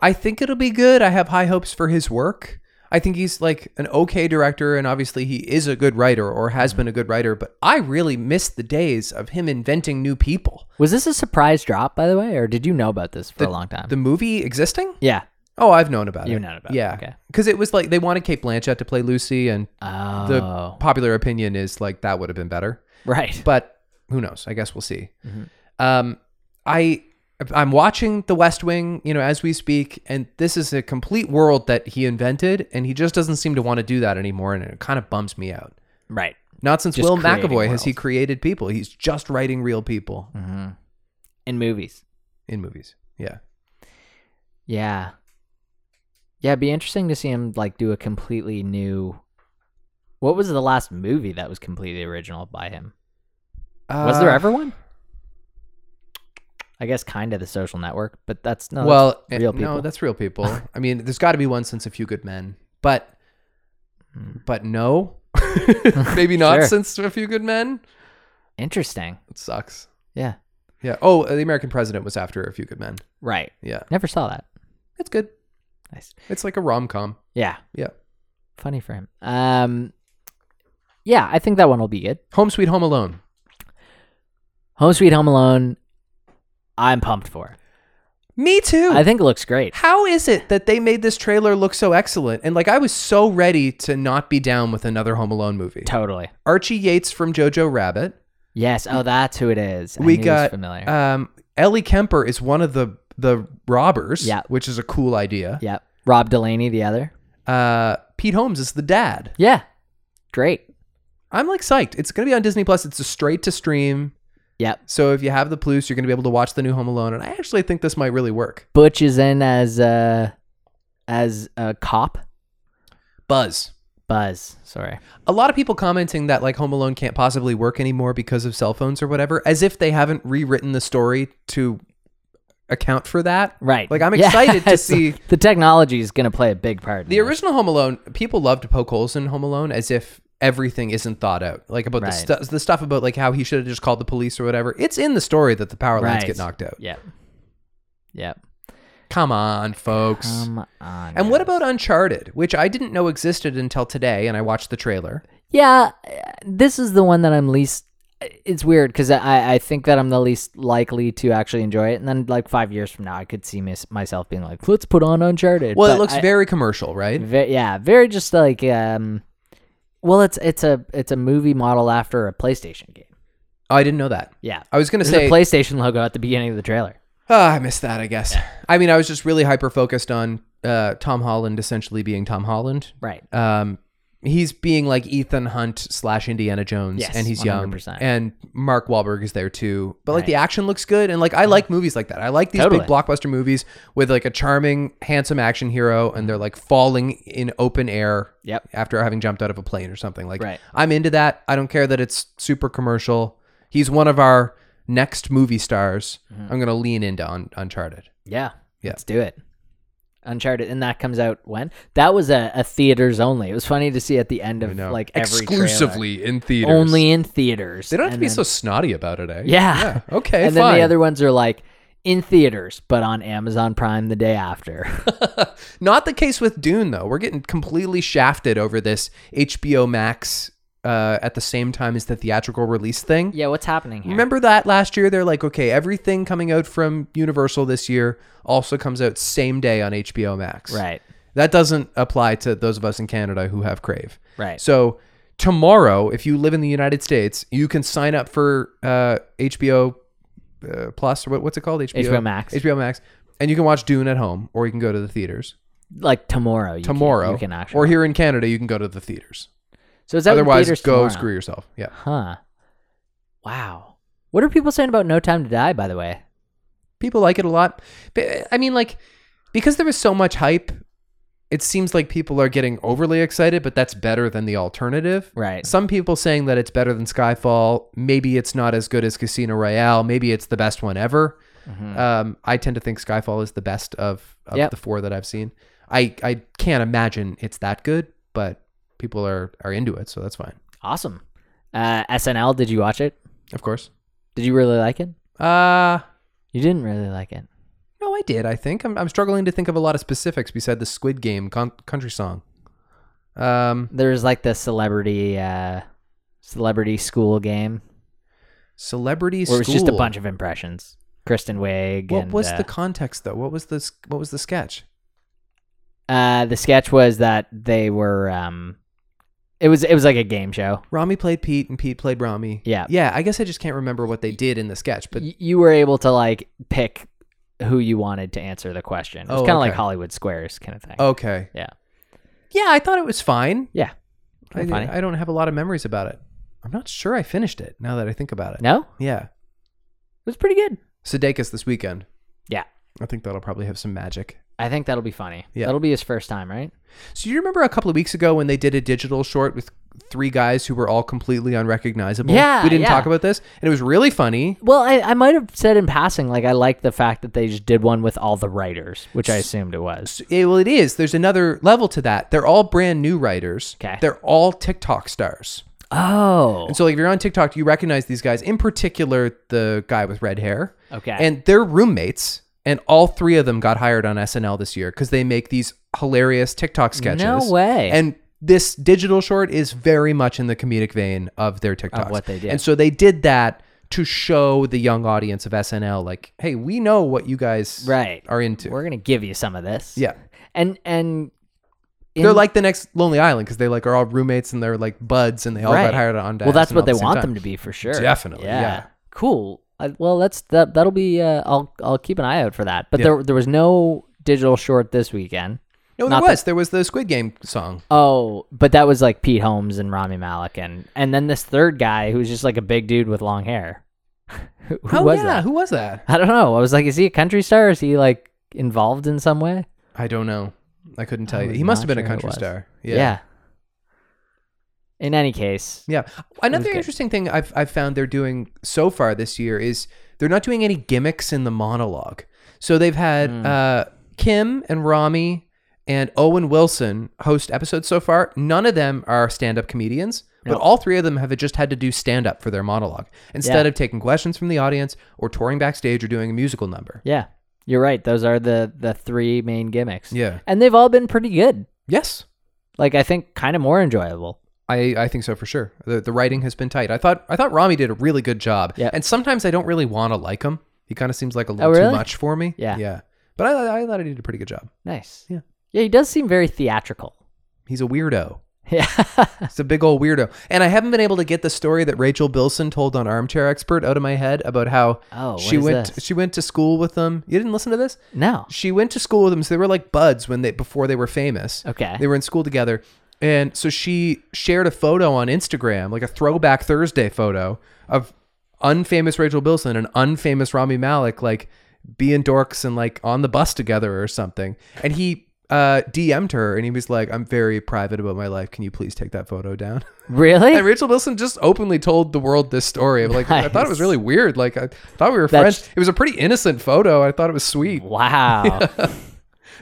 Speaker 4: I think it'll be good. I have high hopes for his work. I think he's like an okay director, and obviously he is a good writer or has
Speaker 2: Mm-hmm.
Speaker 4: been a good writer. But I really miss the days of him inventing new people.
Speaker 2: Was this a surprise drop by the way, or did you know about this for a long time?
Speaker 4: The movie existing?
Speaker 2: yeah.
Speaker 4: Oh, I've known about it.
Speaker 2: You've known about it.
Speaker 4: yeah.
Speaker 2: Okay.
Speaker 4: Because it was like they wanted Kate Blanchett to play Lucy, and
Speaker 2: Oh,
Speaker 4: the popular opinion is like that would have been better.
Speaker 2: right.
Speaker 4: But who knows? I guess we'll see.
Speaker 2: Mm-hmm.
Speaker 4: Um, I I'm watching The West Wing, you know, as we speak, and this is a complete world that he invented, and he just doesn't seem to want to do that anymore, and it kind of bums me out.
Speaker 2: Right.
Speaker 4: Not since
Speaker 2: Just
Speaker 4: Will
Speaker 2: creating
Speaker 4: McAvoy has he
Speaker 2: worlds.
Speaker 4: created people. He's just writing real people
Speaker 2: Mm-hmm. In movies.
Speaker 4: in movies. Yeah.
Speaker 2: Yeah. Yeah, it'd be interesting to see him like do a completely new. What was the last movie that was completely original by him? Was there
Speaker 4: Uh,
Speaker 2: ever one? I guess kind of the Social Network, but that's no. that's
Speaker 4: well, eh,
Speaker 2: real people.
Speaker 4: no, that's real
Speaker 2: *laughs*
Speaker 4: people. I mean, there's got to be one since A Few Good Men, but but
Speaker 2: *laughs*
Speaker 4: no, *laughs* maybe not
Speaker 2: Hmm. Sure.
Speaker 4: since A Few Good Men.
Speaker 2: interesting.
Speaker 4: It sucks.
Speaker 2: Yeah.
Speaker 4: Yeah. Oh, uh, the American President was after A Few Good Men.
Speaker 2: Right.
Speaker 4: Yeah,
Speaker 2: Never saw that.
Speaker 4: it's good.
Speaker 2: Nice.
Speaker 4: It's like a rom com.
Speaker 2: Yeah.
Speaker 4: Yeah.
Speaker 2: Funny for him. Um. Yeah, I think that one will be good.
Speaker 4: Home Sweet Home Alone.
Speaker 2: Home Sweet Home Alone. I'm pumped for.
Speaker 4: Me too.
Speaker 2: I think it looks great.
Speaker 4: How is it that they made this trailer look so excellent? And like, I was so ready to not be down with another Home Alone movie.
Speaker 2: Totally.
Speaker 4: Archie Yates from Jojo Rabbit.
Speaker 2: Yes. Oh, that's who it is. I
Speaker 4: we
Speaker 2: knew he was
Speaker 4: got
Speaker 2: familiar.
Speaker 4: um, Ellie Kemper is one of the the robbers.
Speaker 2: Yeah.
Speaker 4: which is a cool idea.
Speaker 2: yep. Rob Delaney, the other.
Speaker 4: Uh, Pete Holmes is the dad.
Speaker 2: Yeah. Great.
Speaker 4: I'm like psyched. It's gonna be on Disney Plus. It's a straight to stream.
Speaker 2: Yep.
Speaker 4: So if you have the Plus, you're gonna be able to watch the new Home Alone. And I actually think this might really work.
Speaker 2: Butch is in as uh as a cop.
Speaker 4: Buzz.
Speaker 2: Buzz. Sorry.
Speaker 4: a lot of people commenting that like Home Alone can't possibly work anymore because of cell phones or whatever, as if they haven't rewritten the story to account for that.
Speaker 2: Right.
Speaker 4: Like I'm
Speaker 2: *laughs* Yeah.
Speaker 4: excited to
Speaker 2: It's
Speaker 4: see
Speaker 2: like the technology is going to play a big part. in
Speaker 4: the
Speaker 2: this.
Speaker 4: original Home Alone. People love to poke holes in Home Alone as if everything isn't thought out. Like about
Speaker 2: Right.
Speaker 4: the stuff, the stuff about like how he should have just called the police or whatever. It's in the story that the power lines
Speaker 2: Right.
Speaker 4: get knocked out.
Speaker 2: Yep. Yep.
Speaker 4: Come on, folks.
Speaker 2: Come on.
Speaker 4: and what
Speaker 2: guys.
Speaker 4: about Uncharted, which I didn't know existed until today, and I watched the trailer.
Speaker 2: Yeah, this is the one that I'm least. It's weird because I, I think that I'm the least likely to actually enjoy it. And then, like, five years from now, I could see mys myself being like, let's put on Uncharted.
Speaker 4: Well,
Speaker 2: But
Speaker 4: it looks
Speaker 2: I- Mm.
Speaker 4: very commercial, right?
Speaker 2: ve- yeah, very just like, um, well, it's it's a it's a movie model after a PlayStation game.
Speaker 4: Oh, I didn't know that.
Speaker 2: Yeah.
Speaker 4: I was gonna
Speaker 2: There's
Speaker 4: say
Speaker 2: a PlayStation logo at the beginning of the trailer.
Speaker 4: Ah, *sighs* I missed that, I guess. I mean, I was just really hyper focused on uh, Tom Holland essentially being Tom Holland.
Speaker 2: Right.
Speaker 4: Um, he's being like Ethan Hunt slash Indiana Jones,
Speaker 2: Yes,
Speaker 4: and he's young.
Speaker 2: 100%.
Speaker 4: And Mark Wahlberg is there too. But like the action looks good, and like I like movies like that. I like these
Speaker 2: Totally.
Speaker 4: big blockbuster movies with like a charming, handsome action hero, and they're like falling in open air
Speaker 2: Yep.
Speaker 4: after having jumped out of a plane or something. Like
Speaker 2: Right.
Speaker 4: I'm into that. I don't care that it's super commercial. He's one of our next movie stars.
Speaker 2: Mm-hmm.
Speaker 4: I'm gonna lean into Un- Uncharted.
Speaker 2: Yeah.
Speaker 4: Yeah.
Speaker 2: Let's do it. Uncharted, and that comes out when? That was a, a theaters only. It was funny to see at the end of
Speaker 4: No.
Speaker 2: like every trailer.
Speaker 4: exclusively in theaters.
Speaker 2: only in theaters.
Speaker 4: They don't have to
Speaker 2: And
Speaker 4: be
Speaker 2: then-
Speaker 4: so snotty about it, eh?
Speaker 2: *laughs* Yeah.
Speaker 4: Okay.
Speaker 2: and
Speaker 4: fine.
Speaker 2: then the other ones are like in theaters, but on Amazon Prime the day after. *laughs*
Speaker 4: Not the case with Dune though. We're getting completely shafted over this HBO Max uh, at the same time as the theatrical release thing.
Speaker 2: yeah, what's happening here?
Speaker 4: Remember that last year? They're like, okay, everything coming out from Universal this year also comes out same day on HBO Max.
Speaker 2: right,
Speaker 4: That doesn't apply to those of us in Canada who have Crave.
Speaker 2: right.
Speaker 4: So tomorrow, if you live in the United States, you can sign up for uh, HBO uh, Plus or what, what's it called? HBO,
Speaker 2: HBO Max.
Speaker 4: HBO Max, and you can watch Dune at home, or you can go to the theaters
Speaker 2: like tomorrow. You
Speaker 4: tomorrow.
Speaker 2: can, you can actually.
Speaker 4: or here in Canada, you can go to the theaters.
Speaker 2: so is that
Speaker 4: Otherwise,
Speaker 2: theaters
Speaker 4: go
Speaker 2: tomorrow?
Speaker 4: screw yourself. Yeah.
Speaker 2: Huh. Wow. What are people saying about No Time to Die? By the way,
Speaker 4: people like it a lot. But, I mean, like, because there was so much hype, it seems like people are getting overly excited, but that's better than the alternative.
Speaker 2: right?
Speaker 4: Some people saying that it's better than Skyfall. Maybe it's not as good as Casino Royale. Maybe it's the best one ever.
Speaker 2: Mm-hmm.
Speaker 4: Um, I tend to think Skyfall is the best of, of
Speaker 2: Mm. Yep.
Speaker 4: the four that I've seen. I, I can't imagine it's that good, but people are, are into it, so that's fine.
Speaker 2: Awesome. Uh, SNL. Did you watch it?
Speaker 4: Of course.
Speaker 2: Did you really like it?
Speaker 4: Uh,
Speaker 2: You didn't really like it.
Speaker 4: no, I did. I think I'm, I'm struggling to think of a lot of specifics beside the Squid Game con- country song. Um,
Speaker 2: There's like the celebrity, uh, celebrity school game.
Speaker 4: celebrity
Speaker 2: Where it was just a
Speaker 4: school.
Speaker 2: bunch of impressions. Kristen Wiig.
Speaker 4: What
Speaker 2: and,
Speaker 4: was
Speaker 2: uh,
Speaker 4: the context though? What was the s- what was the sketch?
Speaker 2: Uh, the sketch was that they were um, it was it was like a game show.
Speaker 4: Rami played Pete and Pete played Rami.
Speaker 2: Yeah.
Speaker 4: yeah. I guess I just can't remember what they did in the sketch, but
Speaker 2: But you were able to like pick who you wanted to answer the question. It was
Speaker 4: Oh,
Speaker 2: kind of like
Speaker 4: okay. Oh.
Speaker 2: Hollywood Squares kind of thing.
Speaker 4: okay.
Speaker 2: Yeah.
Speaker 4: yeah. I thought it was fine.
Speaker 2: Yeah.
Speaker 4: I,
Speaker 2: Kinda funny.
Speaker 4: I don't have a lot of memories about it. I'm not sure I finished it now that I think about it.
Speaker 2: no, it
Speaker 4: Yeah,
Speaker 2: was pretty good.
Speaker 4: Sudeikis this weekend.
Speaker 2: Yeah,
Speaker 4: I think that'll probably have some magic.
Speaker 2: I think that'll be funny.
Speaker 4: Yeah.
Speaker 2: that'll be his first time, right?
Speaker 4: So you remember a couple of weeks ago when they did a digital short with three guys who were all completely unrecognizable?
Speaker 2: Yeah,
Speaker 4: we didn't
Speaker 2: yeah.
Speaker 4: talk about this, and it was really funny.
Speaker 2: Well, I, I might have said in passing, like I like the fact that they just did one with all the writers, which I assumed it was.
Speaker 4: Yeah, well, it is. There's another level to that. They're all brand new writers.
Speaker 2: 'Kay.
Speaker 4: They're all TikTok stars.
Speaker 2: Oh,
Speaker 4: And so, like, if you're on TikTok, you recognize these guys. In particular, the guy with red hair.
Speaker 2: Okay.
Speaker 4: And they're roommates, and all three of them got hired on SNL this year because they make these hilarious TikTok sketches.
Speaker 2: No way.
Speaker 4: And this digital short is very much in the comedic vein of their TikToks.
Speaker 2: what they do.
Speaker 4: And so they did that to show the young audience of SNL, like, hey, we know what you guys
Speaker 2: Right.
Speaker 4: are into.
Speaker 2: we're gonna give you some of this.
Speaker 4: yeah.
Speaker 2: and and in-
Speaker 4: They're like the next Lonely Island because they like are all roommates and they're like buds and they all
Speaker 2: Right.
Speaker 4: got hired on.
Speaker 2: Well, that's what they want them to be for sure.
Speaker 4: Definitely, yeah.
Speaker 2: Cool. I, well, that's that. That'll be. Uh, I'll I'll keep an eye out for that. But
Speaker 4: Yeah.
Speaker 2: there there was no digital short this weekend.
Speaker 4: No, there
Speaker 2: Not
Speaker 4: was. There was the Squid Game song.
Speaker 2: Oh, but that was like Pete Holmes and Rami Malek, and and then this third guy who's just like a big dude with long hair. *laughs* who who
Speaker 4: oh
Speaker 2: was
Speaker 4: yeah,
Speaker 2: that?
Speaker 4: who was that?
Speaker 2: I don't know. I was like, is he a country star? Is he like involved in some way?
Speaker 4: I don't know. I couldn't tell
Speaker 2: I
Speaker 4: you.
Speaker 2: was
Speaker 4: He must
Speaker 2: not
Speaker 4: have been
Speaker 2: sure
Speaker 4: a
Speaker 2: who it
Speaker 4: country
Speaker 2: was.
Speaker 4: star.
Speaker 2: In any case,
Speaker 4: Yeah. Another
Speaker 2: good.
Speaker 4: interesting thing I've, I've found they're doing so far this year is they're not doing any gimmicks in the monologue. So they've had uh, Kim and Rami and Owen Wilson host episodes so far. None of them are stand up comedians, but all three of them have just had to do stand up for their monologue instead
Speaker 2: Yeah.
Speaker 4: of taking questions from the audience or touring backstage or doing a musical number.
Speaker 2: yeah, you're right. Those are the the three main gimmicks.
Speaker 4: Yeah.
Speaker 2: and they've all been pretty good.
Speaker 4: Yes.
Speaker 2: like I think kind of more enjoyable.
Speaker 4: I, I think so for sure. The, the writing has been tight. I thought I thought Rami did a really good job.
Speaker 2: Yeah. Oh,
Speaker 4: And sometimes I don't really want to like him. He kind of seems like a little
Speaker 2: really?
Speaker 4: too much for me.
Speaker 2: Yeah.
Speaker 4: Yeah. But I, I thought he did a pretty good job.
Speaker 2: Nice.
Speaker 4: Yeah.
Speaker 2: Yeah, he does seem very theatrical. *laughs*
Speaker 4: He's a weirdo.
Speaker 2: Yeah.
Speaker 4: He's a big old weirdo. And I haven't been able to get the story that Rachel Bilson told on Armchair Expert out of my head about how
Speaker 2: Oh, what
Speaker 4: she
Speaker 2: is
Speaker 4: went
Speaker 2: this?
Speaker 4: she went to school with them. You didn't listen to this?
Speaker 2: no.
Speaker 4: She went to school with them, so they were like buds when they before they were famous.
Speaker 2: Okay.
Speaker 4: They were in school together. And so she shared a photo on Instagram, like a throwback Thursday photo of unfamous Rachel Bilson and unfamous Rami Malik, like being dorks and like on the bus together or something. And he uh, DM'd her and he was like, I'm very private about my life. Can you please take that photo
Speaker 2: *laughs*
Speaker 4: down?
Speaker 2: Really?
Speaker 4: And Rachel Bilson just openly told the world this story. Of, like, I thought it was
Speaker 2: Nice.
Speaker 4: really weird. Like, I thought we were
Speaker 2: That's-
Speaker 4: friends. It was a pretty innocent photo. I thought it was sweet. *laughs*
Speaker 2: Wow.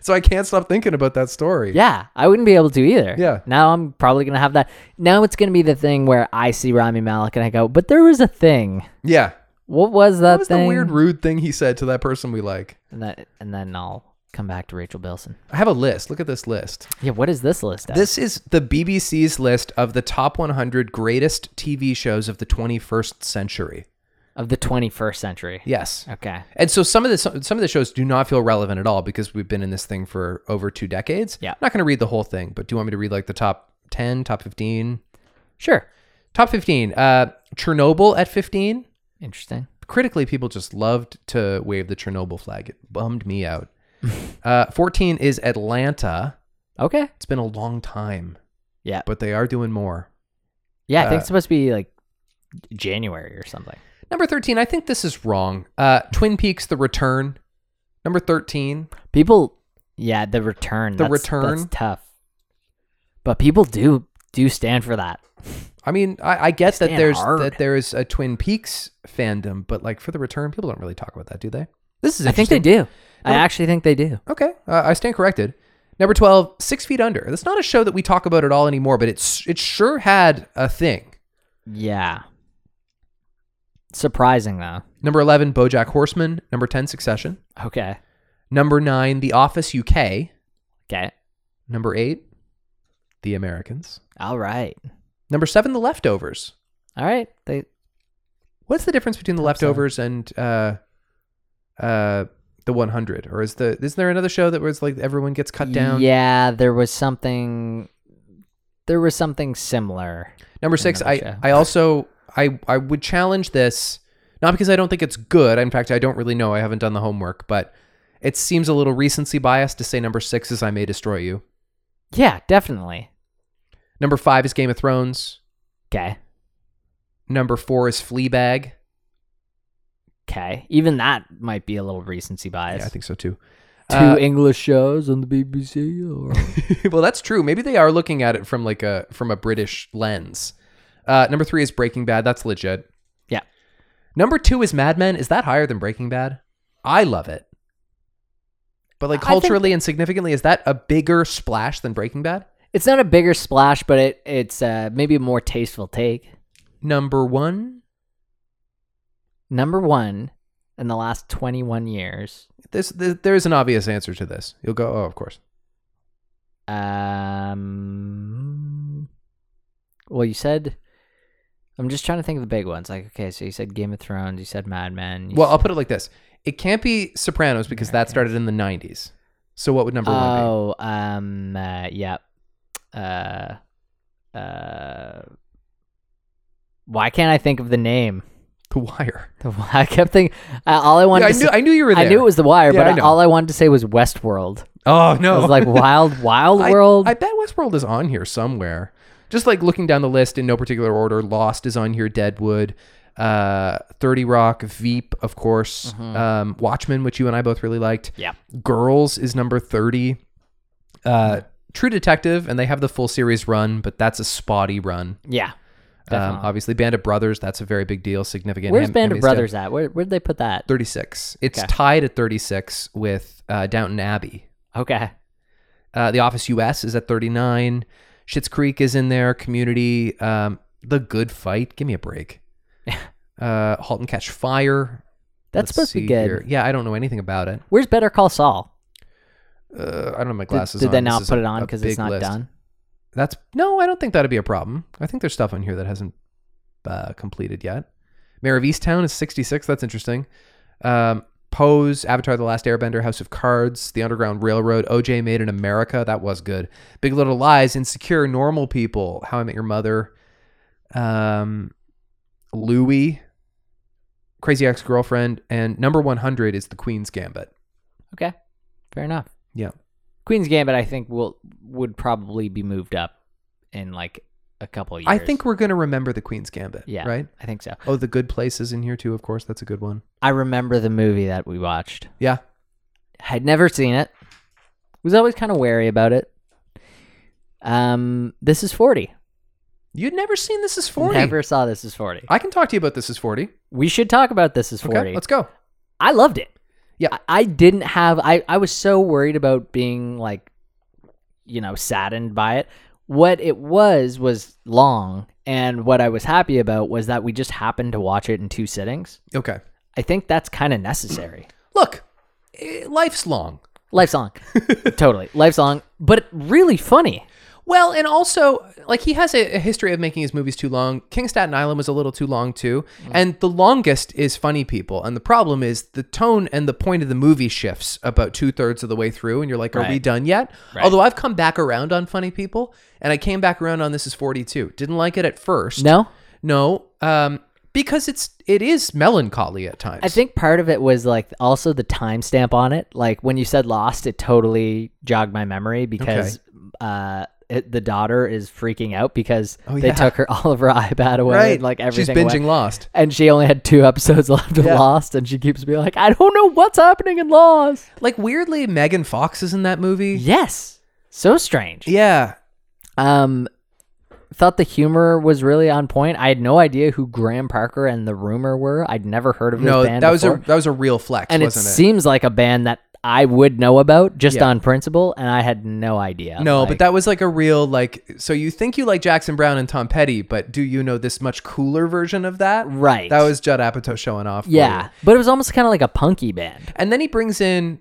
Speaker 4: So I can't stop thinking about that story.
Speaker 2: Yeah, I wouldn't be able to either.
Speaker 4: Yeah.
Speaker 2: Now I'm probably gonna have that. Now it's gonna be the thing where I see Rami Malik and I go, but there was a thing.
Speaker 4: Yeah.
Speaker 2: What was that
Speaker 4: What was
Speaker 2: thing?
Speaker 4: the weird, rude thing he said to that person we like?
Speaker 2: and, that, and then I'll come back to Rachel Bilson.
Speaker 4: I have a list. Look at this list.
Speaker 2: Yeah. What is this list? Of?
Speaker 4: This is the BBC's list of the top 100 greatest TV shows of the 21st century.
Speaker 2: of the 21st century.
Speaker 4: Yes.
Speaker 2: Okay.
Speaker 4: And so some of the some of the shows do not feel relevant at all because we've been in this thing for over two decades.
Speaker 2: Yeah.
Speaker 4: I'm not going to read the whole thing, but do you want me to read like the top 10, top 15?
Speaker 2: Sure.
Speaker 4: Top 15. Uh Chernobyl at 15.
Speaker 2: Interesting.
Speaker 4: critically, people just loved to wave the Chernobyl flag. It bummed me
Speaker 2: *laughs*
Speaker 4: out. uh, 14 is Atlanta.
Speaker 2: Okay.
Speaker 4: It's been a long time,
Speaker 2: Yeah.
Speaker 4: but they are doing more.
Speaker 2: Yeah. I think
Speaker 4: Uh,
Speaker 2: it's supposed to be like January or something.
Speaker 4: Number 13, I think this is wrong. Uh, Twin Peaks, The Return. Number 13.
Speaker 2: People. Yeah. The return.
Speaker 4: The
Speaker 2: that's-
Speaker 4: return.
Speaker 2: That's tough. But people do do stand for that.
Speaker 4: I mean, I, I guess that
Speaker 2: Stand
Speaker 4: there's
Speaker 2: hard.
Speaker 4: that there is a Twin Peaks fandom, but like for The Return, people don't really talk about that, do they? This is
Speaker 2: I think they
Speaker 4: interesting.
Speaker 2: do. I actually think they do.
Speaker 4: Okay, uh, I stand corrected. Number twelve, Six Feet Under. That's not a show that we talk about at all anymore, but it's it sure had a thing.
Speaker 2: Yeah. Surprising though.
Speaker 4: Number 11, Bojack Horseman. Number 10, Succession.
Speaker 2: Okay.
Speaker 4: Number 9, The Office UK.
Speaker 2: Okay.
Speaker 4: Number 8, The Americans.
Speaker 2: All right.
Speaker 4: Number 7, The Leftovers.
Speaker 2: All right. They
Speaker 4: What's the difference between The
Speaker 2: Top seven.
Speaker 4: Leftovers and uh, uh, The 100? Or is the isn't there another show that was like everyone gets cut down?
Speaker 2: Yeah, there was something there was something similar.
Speaker 4: Number 6,
Speaker 2: Another
Speaker 4: I,
Speaker 2: show.
Speaker 4: I also I I would challenge this not because I don't think it's good. In fact, I don't really know. I haven't done the homework, but it seems a little recency bias to say number 6 is I May Destroy You.
Speaker 2: Yeah, definitely.
Speaker 4: Number 5 is Game of Thrones.
Speaker 2: Okay.
Speaker 4: Number four is Fleabag.
Speaker 2: Okay. Even that might be a little recency bias.
Speaker 4: Yeah, I think so too.
Speaker 2: Two
Speaker 4: Uh,
Speaker 2: English shows on the BBC
Speaker 4: *laughs*
Speaker 2: or
Speaker 4: well, that's true. Maybe they are looking at it from like a from a British lens. Uh, number three is Breaking Bad. That's legit.
Speaker 2: Yeah.
Speaker 4: Number two is Mad Men. Is that higher than Breaking Bad? I love it. But like
Speaker 2: I think-
Speaker 4: culturally and significantly, is that a bigger splash than Breaking Bad?
Speaker 2: It's not a bigger splash, but it it's uh maybe a more tasteful take.
Speaker 4: Number one,
Speaker 2: Number 1 in the last 21 years.
Speaker 4: this, th there is an obvious answer to this. You'll go, oh, of course.
Speaker 2: Um. Well, you said. I'm just trying to think of the big ones. Like, okay, so you said Game of Thrones, you said Mad Men. you
Speaker 4: Well, I'll
Speaker 2: said-
Speaker 4: put it like this: it can't be Sopranos because that started in the '90s. So what would number one be?
Speaker 2: oh, um, uh, yeah, uh, uh. Why can't I think of the name? *laughs* Oh.
Speaker 4: The *laughs* Wire.
Speaker 2: I kept thinking. Uh, all I wanted.
Speaker 4: Yeah, I
Speaker 2: to
Speaker 4: knew
Speaker 2: say,
Speaker 4: I knew you were there.
Speaker 2: I knew it was The Wire,
Speaker 4: Yeah, I
Speaker 2: but
Speaker 4: know.
Speaker 2: all I wanted to say was Westworld.
Speaker 4: Oh no!
Speaker 2: It
Speaker 4: *laughs*
Speaker 2: was like Wild Wild
Speaker 4: I-
Speaker 2: World.
Speaker 4: I, bet Westworld is on here somewhere. Just like looking down the list in no particular order, Lost is on here. Deadwood, uh, Thirty Rock, Veep, of course, um, Watchmen, which you and I both really liked.
Speaker 2: Mm-hmm. yeah.
Speaker 4: Girls is number thirty. Uh, True Detective, and they have the full series run, but that's a spotty run.
Speaker 2: Yeah.
Speaker 4: Um,
Speaker 2: Definitely.
Speaker 4: obviously, Band of Brothers, that's a very big deal, significant.
Speaker 2: Where's
Speaker 4: Hem-
Speaker 2: Band of
Speaker 4: Hemisphere.
Speaker 2: Brothers at? Where where'd they put that?
Speaker 4: 36. It's
Speaker 2: Okay.
Speaker 4: tied at 36 with uh, Downton Abbey.
Speaker 2: Okay.
Speaker 4: Uh, the Office US is at 39. Schitt's Creek is in there. Community. Um, the Good Fight. Give me a
Speaker 2: *laughs*
Speaker 4: break. uh, Halt and Catch Fire.
Speaker 2: That's
Speaker 4: Let's
Speaker 2: supposed to be
Speaker 4: see
Speaker 2: good.
Speaker 4: here. Yeah, I don't know anything about it.
Speaker 2: Where's Better Call Saul?
Speaker 4: Uh, I don't have my
Speaker 2: Did,
Speaker 4: glasses
Speaker 2: did
Speaker 4: on.
Speaker 2: they
Speaker 4: This
Speaker 2: not
Speaker 4: is
Speaker 2: put
Speaker 4: a-
Speaker 2: it on
Speaker 4: a
Speaker 2: because
Speaker 4: big
Speaker 2: it's not
Speaker 4: list.
Speaker 2: done?
Speaker 4: That's no, I don't think that'd be a problem. I think there's stuff on here that hasn't uh, completed yet. Mayor of Easttown is 66. That's interesting. Um, Pose, Avatar: The Last Airbender, House of Cards, The Underground Railroad, OJ Made in America. That was good. Big Little Lies, Insecure, Normal People, How I Met Your Mother, um, Louie, Crazy Ex Girlfriend, and number 100 is The Queen's Gambit.
Speaker 2: Okay, fair enough.
Speaker 4: Yeah.
Speaker 2: Queen's Gambit, I think will would probably be moved up in like a couple years.
Speaker 4: I think we're gonna remember The Queen's Gambit.
Speaker 2: Yeah.
Speaker 4: Right.
Speaker 2: I think so.
Speaker 4: Oh, The Good Place is in here too. Of course, that's a good one.
Speaker 2: I remember the movie that we watched.
Speaker 4: Yeah.
Speaker 2: Had never seen it. Was always kind of wary about it. Um, this is forty.
Speaker 4: You'd never seen This Is 40.
Speaker 2: Never saw this is forty.
Speaker 4: I can talk to you about This Is 40.
Speaker 2: we should talk about this is
Speaker 4: Okay,
Speaker 2: forty.
Speaker 4: let's go.
Speaker 2: I loved it.
Speaker 4: Yeah.
Speaker 2: I, I didn't have I, I was so worried about being like you know, saddened by it. What it was was long and what I was happy about was that we just happened to watch it in two sittings.
Speaker 4: Okay.
Speaker 2: I think that's kind of necessary.
Speaker 4: Look, eh, life's long.
Speaker 2: Life's long. *laughs* totally. Life's long, but really funny.
Speaker 4: Well, and also, like, he has a, a history of making his movies too long. King of Staten Island was a little too long, too.
Speaker 2: Mm.
Speaker 4: And the longest is Funny People. And the problem is the tone and the point of the movie shifts about two thirds of the way through. And you're like, are we
Speaker 2: Right.
Speaker 4: done yet? Although I've come back around on Funny People. And I came back around on This Is 42. Didn't like it at first.
Speaker 2: No?
Speaker 4: No. Um, because it's it is melancholy at times.
Speaker 2: I think part of it was like also the timestamp on it. Like when you said lost, it totally jogged my memory because uh, it, the daughter is freaking out because
Speaker 4: Oh,
Speaker 2: they
Speaker 4: yeah.
Speaker 2: took her *laughs* all of her iPad away, and, like everything.
Speaker 4: She's
Speaker 2: away.
Speaker 4: binging Lost.
Speaker 2: and she only had two episodes *laughs* left of
Speaker 4: Yeah.
Speaker 2: Lost, and she keeps being like, "I don't know what's happening in Lost."
Speaker 4: Like weirdly, Megan Fox is in that movie.
Speaker 2: Yes, so strange.
Speaker 4: Yeah,
Speaker 2: Um, thought the humor was really on point. I had no idea who Graham Parker and the Rumor were. I'd never heard of this
Speaker 4: no,
Speaker 2: band.
Speaker 4: that was
Speaker 2: before.
Speaker 4: a that was a real flex,
Speaker 2: and it
Speaker 4: wasn't it?
Speaker 2: seems like a band that I would know about just
Speaker 4: Yeah.
Speaker 2: on principle, and I had no idea.
Speaker 4: no,
Speaker 2: Like,
Speaker 4: but that was like a real like. So you think you like Jackson Brown and Tom Petty, but do you know this much cooler version of that?
Speaker 2: right.
Speaker 4: That was Judd Apatow showing off. for
Speaker 2: yeah,
Speaker 4: you.
Speaker 2: but it was almost kind of like a punky band.
Speaker 4: and then he brings in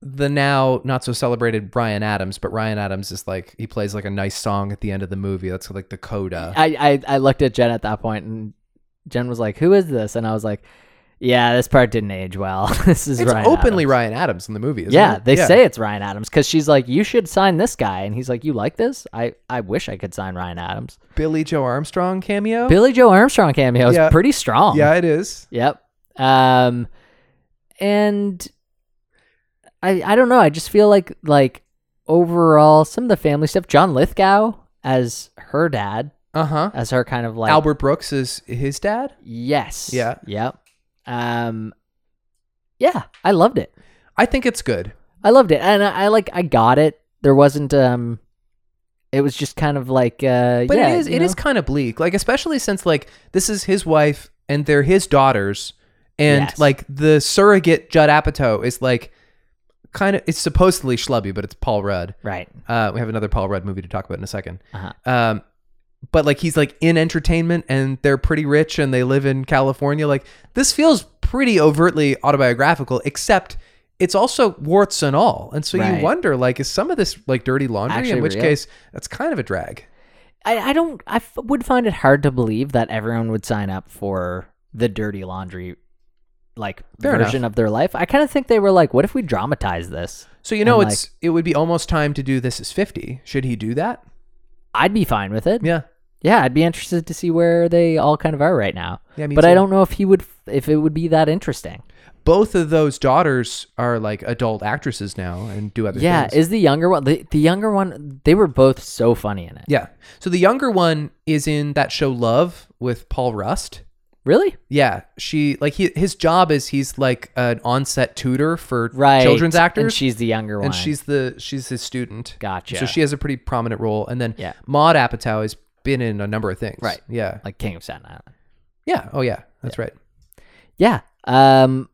Speaker 4: the now not so celebrated Brian Adams, but Ryan Adams is like he plays like a nice song at the end of the movie. That's like the coda.
Speaker 2: I, I I looked at Jen at that point, and Jen was like, "Who is this?" And I was like, "Yeah, this part didn't age well. *laughs* this is
Speaker 4: it's
Speaker 2: Ryan
Speaker 4: openly
Speaker 2: Adams.
Speaker 4: Ryan Adams in the movie. Isn't
Speaker 2: Yeah,
Speaker 4: it?
Speaker 2: they say it's Ryan Adams because she's like, "You should sign this guy," and he's like, "You like this? I I wish I could sign Ryan Adams."
Speaker 4: Billy Joe Armstrong cameo.
Speaker 2: Billy Joe Armstrong cameo is
Speaker 4: Oh. Yeah.
Speaker 2: pretty strong.
Speaker 4: yeah, it is.
Speaker 2: Yep. Um, and I I don't know. I just feel like like overall some of the family stuff. John Lithgow as her dad,
Speaker 4: Uh huh.
Speaker 2: as her kind of like
Speaker 4: Albert Brooks is his dad.
Speaker 2: Yes.
Speaker 4: Yeah.
Speaker 2: Yep. Um, yeah. I loved it.
Speaker 4: I think it's good.
Speaker 2: I loved it, and I, I like I got it. There wasn't um, it was just kind of like uh,
Speaker 4: But
Speaker 2: yeah,
Speaker 4: it is
Speaker 2: you
Speaker 4: it is
Speaker 2: know?
Speaker 4: kind of bleak. Like especially since like this is his wife and they're his daughters and
Speaker 2: Yes.
Speaker 4: like the surrogate Judd Apatow is like kind of it's supposedly schlubby but it's Paul Rudd.
Speaker 2: right.
Speaker 4: Uh we have another Paul Rudd movie to talk about in a 2nd
Speaker 2: Uh-huh.
Speaker 4: Um but like he's like in entertainment and they're pretty rich and they live in California like this feels pretty overtly autobiographical except it's also warts and all. And so
Speaker 2: Right.
Speaker 4: you wonder like is some of this like dirty laundry
Speaker 2: Actually
Speaker 4: in which
Speaker 2: real?
Speaker 4: case that's kind of a drag.
Speaker 2: I, I don't I f- would find it hard to believe that everyone would sign up for the dirty laundry like
Speaker 4: Fair enough.
Speaker 2: version of their life. I kind of think they were like, what if we dramatize this?
Speaker 4: So you know
Speaker 2: And,
Speaker 4: it's it would be almost time to do this is 50. Should he do that?
Speaker 2: I'd be fine with it.
Speaker 4: Yeah.
Speaker 2: Yeah, I'd be interested to see where they all kind of are right now.
Speaker 4: Yeah, me
Speaker 2: but I
Speaker 4: too.
Speaker 2: don't know if he would f- if it would be that interesting.
Speaker 4: Both of those daughters are like adult actresses now and do other
Speaker 2: yeah,
Speaker 4: things.
Speaker 2: is the younger one the, the younger one they were both so funny in it.
Speaker 4: yeah. So the younger one is in that show Love with Paul Rust.
Speaker 2: Really?
Speaker 4: Yeah, she like he, his job is he's like an on-set tutor for
Speaker 2: Right.
Speaker 4: children's actors.
Speaker 2: And she's the younger one.
Speaker 4: and she's the she's his student.
Speaker 2: Gotcha.
Speaker 4: So she has a pretty prominent role and then
Speaker 2: Yeah.
Speaker 4: Maude Apatow has been in a number of things.
Speaker 2: Right.
Speaker 4: Yeah.
Speaker 2: like King of Staten Island.
Speaker 4: Yeah. Oh yeah. That's right.
Speaker 2: Yeah. Um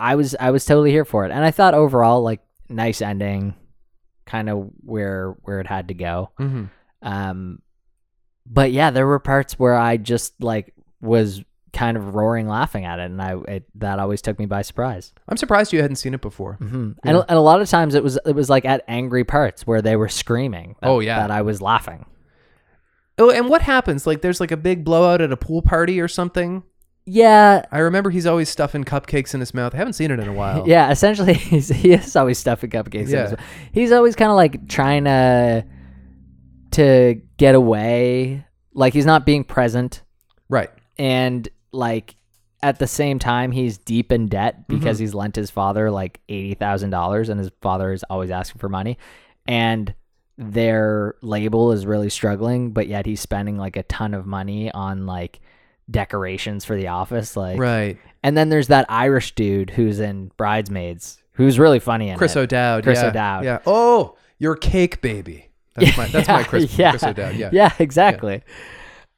Speaker 2: I was I was totally here for it. And I thought overall like nice ending kind of where where it had to go.
Speaker 4: Mhm.
Speaker 2: Um but yeah, there were parts where I just like was kind of roaring laughing at it and I it, that always took me by surprise.
Speaker 4: I'm surprised you hadn't seen it before.
Speaker 2: hmm And, and a lot of times it was it was like at angry parts where they were screaming. that-
Speaker 4: Oh, yeah.
Speaker 2: that I was laughing.
Speaker 4: Oh, and what happens? Like, there's like a big blowout at a pool party or something.
Speaker 2: Yeah,
Speaker 4: I remember he's always stuffing cupcakes in his mouth. I haven't seen
Speaker 2: *laughs*
Speaker 4: it in a while.
Speaker 2: yeah. Essentially, *laughs* he's, he is always stuffing cupcakes.
Speaker 4: Oh. Yeah.
Speaker 2: Yeah. he's always kind of like trying to to get away. Like he's not being present,
Speaker 4: Right.
Speaker 2: and like at the same time, he's deep in debt because he's lent his father like eighty thousand dollars, and his father is always asking for money, and their label is really struggling, but yet he's spending like a ton of money on like decorations for the office, like
Speaker 4: Right.
Speaker 2: and then there's that Irish dude who's in Bridesmaids, who's really funny in
Speaker 4: Chris
Speaker 2: it.
Speaker 4: O'Dowd.
Speaker 2: Chris
Speaker 4: yeah.
Speaker 2: O'Dowd.
Speaker 4: Yeah. Oh, your cake baby.
Speaker 2: *laughs*
Speaker 4: That's my that's my Chris, Chris O'Dowd. Yeah.
Speaker 2: Yeah, *laughs* exactly.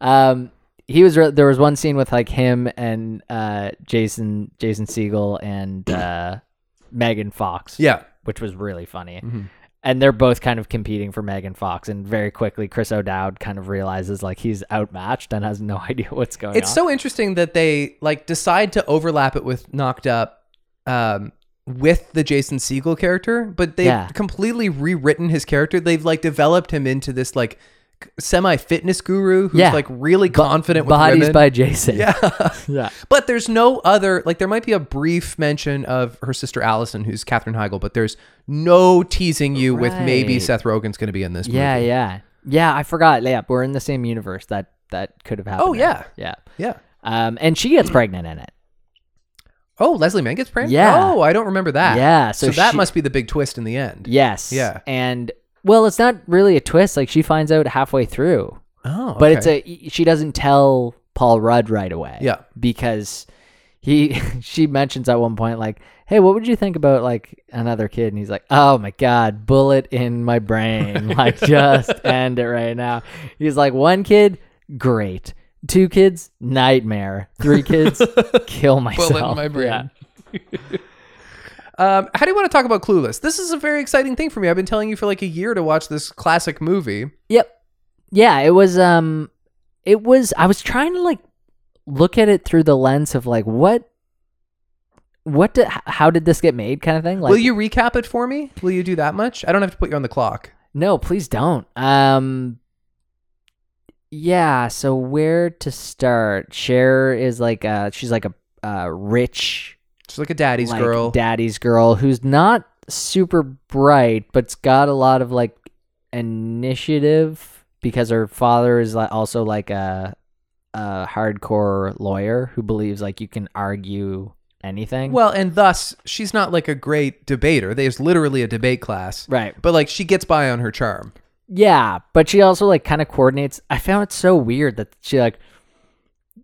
Speaker 2: Um, he was re- there was one scene with like him and uh Jason Jason Siegel and uh *clears throat* Megan Fox,
Speaker 4: Yeah.
Speaker 2: which was really funny.
Speaker 4: Mhm.
Speaker 2: And they're both kind of competing for Megan Fox, and very quickly Chris O'Dowd kind of realizes like he's outmatched and has no *laughs* idea what's going
Speaker 4: It's
Speaker 2: on.
Speaker 4: so interesting that they like decide to overlap it with Knocked Up um with the Jason Siegel character, but they've
Speaker 2: Yeah.
Speaker 4: completely rewritten his character. They've like developed him into this like semi fitness guru who's
Speaker 2: Yeah.
Speaker 4: like really confident with
Speaker 2: Bodies
Speaker 4: women.
Speaker 2: by Jason.
Speaker 4: yeah.
Speaker 2: *laughs*
Speaker 4: *laughs*
Speaker 2: yeah.
Speaker 4: But there's no other like there might be a brief mention of her sister Allison, who's Katherine Heigl, but there's no teasing you with maybe
Speaker 2: Right.
Speaker 4: Seth Rogen's going to be in this.
Speaker 2: Yeah,
Speaker 4: movie.
Speaker 2: yeah, yeah. I forgot. Yeah, we're in the same universe. That that could have happened.
Speaker 4: Oh, yeah.
Speaker 2: yeah.
Speaker 4: yeah.
Speaker 2: Um, and she gets pregnant in it.
Speaker 4: Oh, Leslie Mann gets pregnant.
Speaker 2: Yeah.
Speaker 4: Oh, I don't remember that.
Speaker 2: Yeah,
Speaker 4: So,
Speaker 2: so
Speaker 4: that
Speaker 2: she-
Speaker 4: must be the big twist in the end.
Speaker 2: Yes.
Speaker 4: Yeah.
Speaker 2: And well, it's not really a twist. Like she finds out halfway through,
Speaker 4: Oh, *laughs*
Speaker 2: but it's a she doesn't tell Paul Rudd right away.
Speaker 4: Yeah.
Speaker 2: because he *laughs* she mentions at one point like, "Hey, what would you think about like another kid?" And he's like, "Oh my god, bullet in my
Speaker 4: *laughs*
Speaker 2: brain. Like just end it right now." He's like, "One kid, great. Two kids, nightmare.
Speaker 4: *laughs*
Speaker 2: Three kids, kill myself." *laughs*
Speaker 4: my brain.
Speaker 2: Yeah.
Speaker 4: *laughs* Um, how do you want to talk about Clueless? This is a very exciting thing for me. I've been telling you for like a year to watch this classic movie.
Speaker 2: Yep. Yeah, it was um it was I was trying to like look at it through the lens of like what what did, h- how did this get made kind of thing like
Speaker 4: Will you recap it for me? Will you do that much? I don't have to put you on the clock.
Speaker 2: no please don't um yeah so where to start Cher is like uh she's like a uh rich
Speaker 4: She's like a daddy's
Speaker 2: like,
Speaker 4: girl.
Speaker 2: daddy's girl who's not super bright but's got a lot of like initiative because her father is like also like a a hardcore lawyer who believes like you can argue anything.
Speaker 4: well, and thus she's not like a great debater. There's literally a debate class,
Speaker 2: right.
Speaker 4: but like she gets by on her charm.
Speaker 2: Yeah, but she also like kind of coordinates. I found it so weird that she like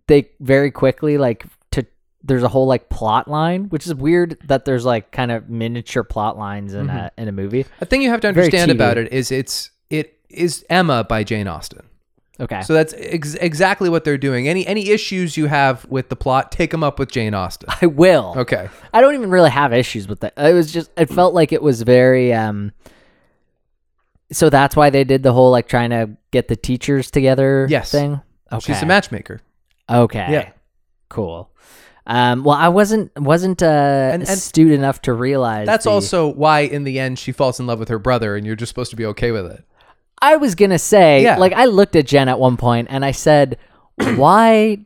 Speaker 2: they very quickly like to there's a whole like plot line, which is weird that there's like kind of miniature plot lines in
Speaker 4: Mm-hmm.
Speaker 2: a in a movie.
Speaker 4: A thing you have to
Speaker 2: Very
Speaker 4: understand
Speaker 2: TV.
Speaker 4: about it is it's it is Emma by Jane Austen.
Speaker 2: Okay.
Speaker 4: So that's ex- exactly what they're doing. Any any issues you have with the plot, take them up with Jane
Speaker 2: *laughs*
Speaker 4: Austen.
Speaker 2: I will.
Speaker 4: Okay.
Speaker 2: I don't even really have issues with that. It was just it felt like it was very um so that's why they did the whole like trying to get the teachers together
Speaker 4: Yes.
Speaker 2: thing. Okay.
Speaker 4: She's a matchmaker.
Speaker 2: okay.
Speaker 4: Yeah.
Speaker 2: Cool. Um well I wasn't wasn't uh
Speaker 4: and-
Speaker 2: astute enough to realize
Speaker 4: That's
Speaker 2: the-
Speaker 4: also why, in the end, she falls in love with her brother, and you're just supposed to be okay with it.
Speaker 2: I was gonna say,
Speaker 4: Yeah.
Speaker 2: like I looked at Jen at one point and
Speaker 4: *clears throat*
Speaker 2: I said, Why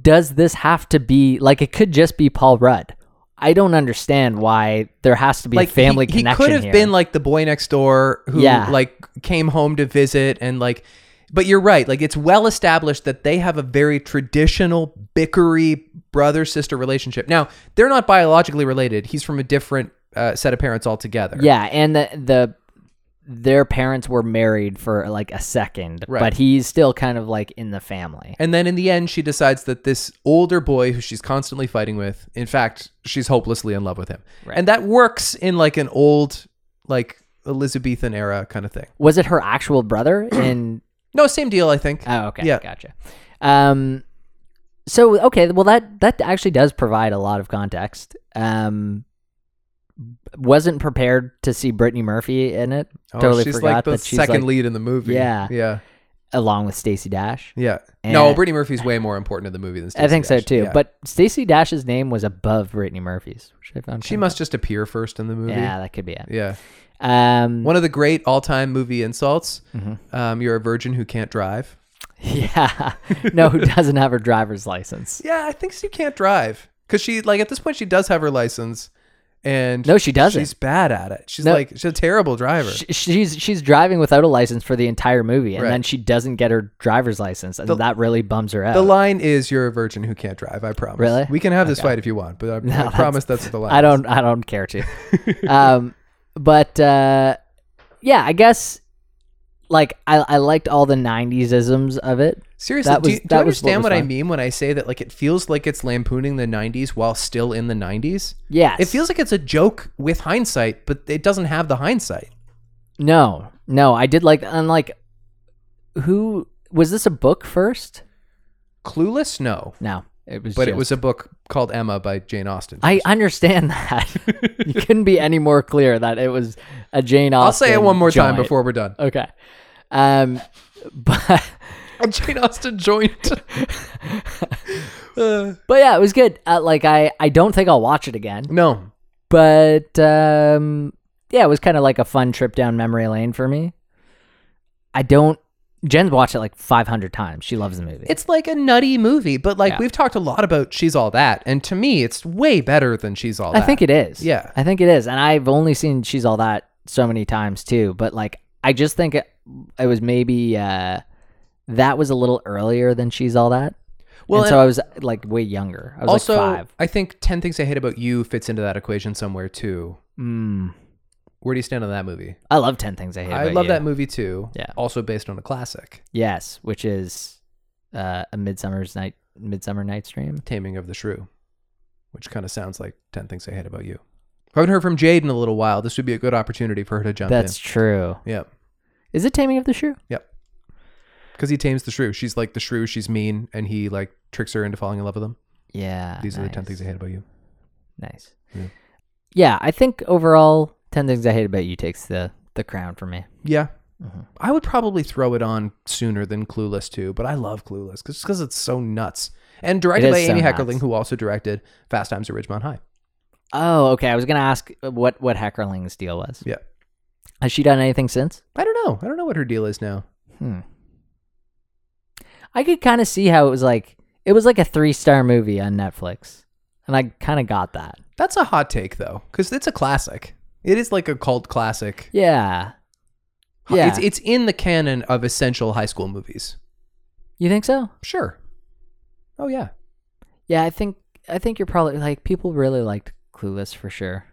Speaker 2: does this have to be like it could just be Paul Rudd? I don't understand why there has to be
Speaker 4: Like
Speaker 2: a family
Speaker 4: he, he
Speaker 2: connection.
Speaker 4: could have
Speaker 2: here.
Speaker 4: been like the boy next door who
Speaker 2: Yeah.
Speaker 4: like came home to visit, and like. But you're right. Like it's well established that they have a very traditional bickery brother sister relationship. Now they're not biologically related. He's from a different uh, set of parents altogether.
Speaker 2: Yeah, and the the their parents were married for like a second,
Speaker 4: Right.
Speaker 2: but he's still kind of like in the family.
Speaker 4: And then in the end, she decides that this older boy who she's constantly fighting with, in fact, she's hopelessly in love with him.
Speaker 2: Right.
Speaker 4: And that works in like an old, like Elizabethan era kind of thing.
Speaker 2: Was it her
Speaker 4: *clears throat*
Speaker 2: actual brother in
Speaker 4: No, same deal, I think.
Speaker 2: Oh, okay.
Speaker 4: Yeah.
Speaker 2: Gotcha. Um so okay, well that that actually does provide a lot of context. Um wasn't prepared to see Brittany Murphy in it.
Speaker 4: Oh,
Speaker 2: totally
Speaker 4: she's
Speaker 2: forgot
Speaker 4: like the
Speaker 2: that she's
Speaker 4: second
Speaker 2: like,
Speaker 4: lead in the movie.
Speaker 2: Yeah.
Speaker 4: Yeah.
Speaker 2: along with Stacey Dash.
Speaker 4: Yeah. no,
Speaker 2: And-
Speaker 4: Brittany Murphy's way more important in the movie than Stacey
Speaker 2: I think so
Speaker 4: Dash.
Speaker 2: too.
Speaker 4: Yeah.
Speaker 2: But Stacey Dash's name was above Brittany Murphy's, which I found
Speaker 4: she
Speaker 2: kinda-
Speaker 4: must just appear first in the movie.
Speaker 2: Yeah, that could be it.
Speaker 4: Yeah.
Speaker 2: Um Mm-hmm.
Speaker 4: One of the great all time movie insults um, you're a virgin who can't drive.
Speaker 2: *laughs* Yeah. No, who doesn't have her driver's license?
Speaker 4: Yeah, I think she can't drive because she like at this point she does have her license, and
Speaker 2: No, she doesn't.
Speaker 4: She's bad at it. She's
Speaker 2: No.
Speaker 4: like she's a terrible driver.
Speaker 2: Sh- She's she's driving without a license for the entire movie, and
Speaker 4: Right.
Speaker 2: then she doesn't get her driver's license, and that really bums her out.
Speaker 4: the line is "You're a virgin who can't drive." I promise.
Speaker 2: uh, Really?
Speaker 4: We can have this fight if you want, but
Speaker 2: *laughs*
Speaker 4: I, I
Speaker 2: that's-
Speaker 4: promise that's the line.
Speaker 2: I don't I don't
Speaker 4: *laughs*
Speaker 2: care to. um but uh yeah, I guess like I I liked all the 90s isms of it.
Speaker 4: Seriously,
Speaker 2: That
Speaker 4: do,
Speaker 2: was-
Speaker 4: you, do you
Speaker 2: that was what
Speaker 4: understand
Speaker 2: was
Speaker 4: what, I
Speaker 2: fun.
Speaker 4: mean when I say that? Like, it feels like it's lampooning the '90s while still in the '90s.
Speaker 2: Yes.
Speaker 4: It feels like it's a joke with hindsight, but it doesn't have the hindsight.
Speaker 2: No. No, I did like and like who was this a book first?
Speaker 4: Clueless, no,
Speaker 2: No. It was
Speaker 4: but it
Speaker 2: just-
Speaker 4: was a book called Emma by Jane Austen.
Speaker 2: I understand that. *laughs* you couldn't be any more clear that it was a Jane Austen.
Speaker 4: I'll say it one more time
Speaker 2: joint.
Speaker 4: before we're
Speaker 2: *laughs*
Speaker 4: done. *laughs*
Speaker 2: Okay. Um *laughs* but
Speaker 4: A Jane Austen joint.
Speaker 2: *laughs*
Speaker 4: Uh,
Speaker 2: but yeah, it was good. Uh, like I I don't think I'll watch it again.
Speaker 4: no,
Speaker 2: but um, yeah, it was kind of like a fun trip down memory lane for me. I don't. Jen's watched it like 500 times. She loves the movie.
Speaker 4: it's like a nutty movie, but like
Speaker 2: Yeah.
Speaker 4: we've talked a lot about She's All That, and to me, it's way better than She's All
Speaker 2: I
Speaker 4: That.
Speaker 2: think it is.
Speaker 4: Yeah.
Speaker 2: I think it is. And I've only seen She's All That so many times too. But like, I just think it, it was maybe uh, that was a little earlier than She's All That.
Speaker 4: Well,
Speaker 2: and so I was like way younger. I was
Speaker 4: also,
Speaker 2: like five.
Speaker 4: I think 10 Things I Hate About You fits into that equation somewhere too.
Speaker 2: Mm.
Speaker 4: Where do you stand on that movie?
Speaker 2: I love 10 Things I Hate
Speaker 4: I
Speaker 2: About
Speaker 4: love
Speaker 2: You.
Speaker 4: that movie too.
Speaker 2: Yeah.
Speaker 4: Also based on a classic,
Speaker 2: Yes, which is uh, a Midsummer's Night, Midsummer Night's Dream.
Speaker 4: Taming of the Shrew, which kind of sounds like 10 Things I Hate About You. I haven't heard from Jade in a little while. This would be a good opportunity for her to jump
Speaker 2: That's true.
Speaker 4: in. Yep.
Speaker 2: Is it Taming of the Shrew?
Speaker 4: Yep. Because he tames the shrew. She's like the shrew. She's mean, and he like tricks her into falling in love with him.
Speaker 2: Yeah.
Speaker 4: These are the
Speaker 2: nice,
Speaker 4: ten things I hate about you.
Speaker 2: Nice. Yeah.
Speaker 4: Yeah.
Speaker 2: I think overall, ten things I hate about you takes the the crown for me.
Speaker 4: Yeah.
Speaker 2: Mm-hmm.
Speaker 4: I would probably throw it on sooner than Clueless too, but I love Clueless because it's so nuts. And directed
Speaker 2: is
Speaker 4: by
Speaker 2: so
Speaker 4: Amy
Speaker 2: nuts.
Speaker 4: Heckerling, who also directed Fast Times at Ridgemont High.
Speaker 2: Oh, okay. I was gonna ask what what Heckerling's deal was.
Speaker 4: Yeah.
Speaker 2: Has she done anything since?
Speaker 4: I don't know. I don't know what her deal is now.
Speaker 2: Hmm. I could kind of see how it was like it was like a three star movie on Netflix, and I kind of got that.
Speaker 4: That's a hot take though, because it's a classic. It is like a cult classic.
Speaker 2: Yeah. Yeah.
Speaker 4: It's it's in the canon of essential high school movies.
Speaker 2: you think so?
Speaker 4: Sure. Oh yeah.
Speaker 2: Yeah, I think I think you're probably like people really liked Clueless for sure.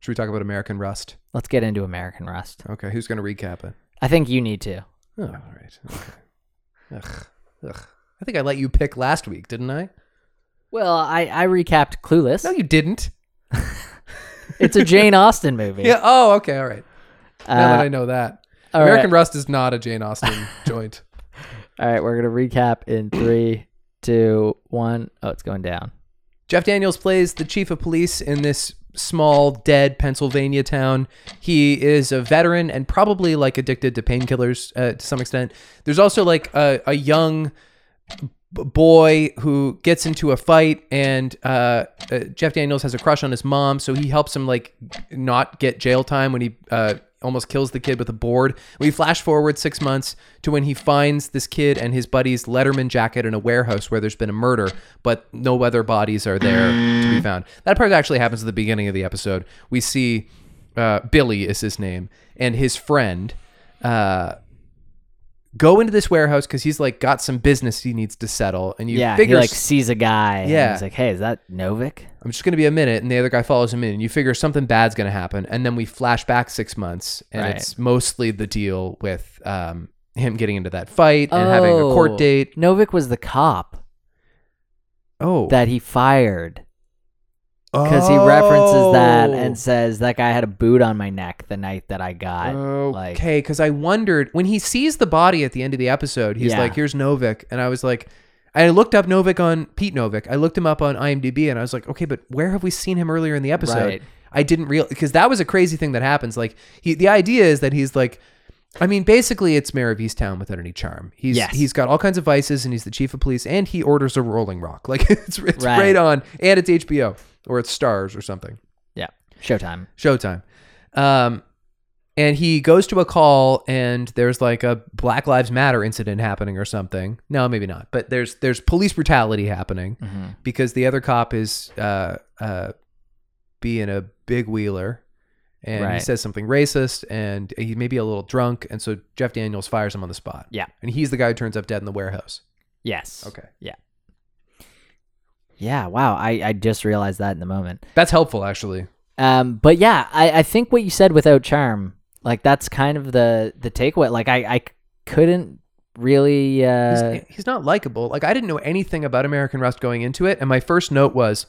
Speaker 4: Should we talk about American Rust?
Speaker 2: Let's get into American Rust.
Speaker 4: Okay, who's gonna recap it?
Speaker 2: I think you need to.
Speaker 4: Oh, all right.
Speaker 2: *laughs*
Speaker 4: Okay. Ugh. Ugh. I think I let you pick last week, didn't I?
Speaker 2: Well, I, I recapped Clueless.
Speaker 4: No, you didn't.
Speaker 2: it's a Jane Austen
Speaker 4: *laughs*
Speaker 2: movie.
Speaker 4: Yeah. Oh, okay. All right.
Speaker 2: Uh,
Speaker 4: Now that I know that,
Speaker 2: all
Speaker 4: American
Speaker 2: right.
Speaker 4: Rust is not a Jane
Speaker 2: *laughs*
Speaker 4: Austen joint.
Speaker 2: All right, we're gonna recap in three, two, one. Oh, it's going down.
Speaker 4: Jeff Daniels plays the chief of police in this small, dead Pennsylvania town. He is a veteran and probably like addicted to painkillers uh, to some extent. There's also like a, a young b- boy who gets into a fight, and uh, uh, Jeff Daniels has a crush on his mom, so he helps him like not get jail time when he. Uh, Almost kills the kid with a board. We flash forward six months to when he finds this kid and his buddy's Letterman jacket in a warehouse where there's been a murder, but no other bodies are there to be found. That part actually happens at the beginning of the episode. We see uh, Billy is his name, and his friend uh, go into this warehouse because he's like got some business he needs to settle, and you
Speaker 2: yeah,
Speaker 4: figure
Speaker 2: he like sees a guy. and
Speaker 4: Yeah.
Speaker 2: he's like, hey, is that Novik?
Speaker 4: I'm just gonna be a minute, and the other guy follows him in, and you figure something bad's gonna happen, and then we flash back six months, and
Speaker 2: Right.
Speaker 4: it's mostly the deal with um, him getting into that fight and having a
Speaker 2: Oh,
Speaker 4: court date.
Speaker 2: Novik was the cop
Speaker 4: Oh,
Speaker 2: that he fired because he references that
Speaker 4: Oh.
Speaker 2: and says that guy had a boot on my neck the night that I got.
Speaker 4: Uh,
Speaker 2: like-
Speaker 4: okay, because I wondered when he sees the body at the end of the episode, he's
Speaker 2: Yeah.
Speaker 4: like, "Here's Novik," and I was like. I looked up Novik on Pete Novik. I looked him up on IMDb, and I was like, okay, but where have we seen him earlier in the episode?
Speaker 2: Right.
Speaker 4: I didn't real because that was a crazy thing that happens. Like he, the idea is that he's like, I mean, basically it's Mayor of Easttown without any charm. He's
Speaker 2: Yes.
Speaker 4: he's got all kinds of vices, and he's the chief of police, and he orders a Rolling Rock. *laughs* Like it's it's
Speaker 2: Right.
Speaker 4: right, on, and it's HBO or it's Stars or something
Speaker 2: Yeah, Showtime.
Speaker 4: Showtime. Um, and he goes to a call and there's like a black lives matter incident happening or something no maybe not but there's there's police brutality happening
Speaker 2: Mm-hmm.
Speaker 4: because the other cop is uh uh being a big wheeler and he
Speaker 2: Right.
Speaker 4: says something racist and he may be a little drunk and so jeff daniels fires him on the spot
Speaker 2: Yeah.
Speaker 4: and he's the guy who turns up dead in the warehouse
Speaker 2: Yes.
Speaker 4: okay
Speaker 2: Yeah. Wow. I, I just realized that in the moment.
Speaker 4: that's helpful actually
Speaker 2: Um, but yeah, I, I think what you said without charm, like that's kind of the the takeaway. Like I, I couldn't really.
Speaker 4: He's-
Speaker 2: Uh,
Speaker 4: he's, not likable. Like I didn't know anything about American Rust going into it, and my first note was,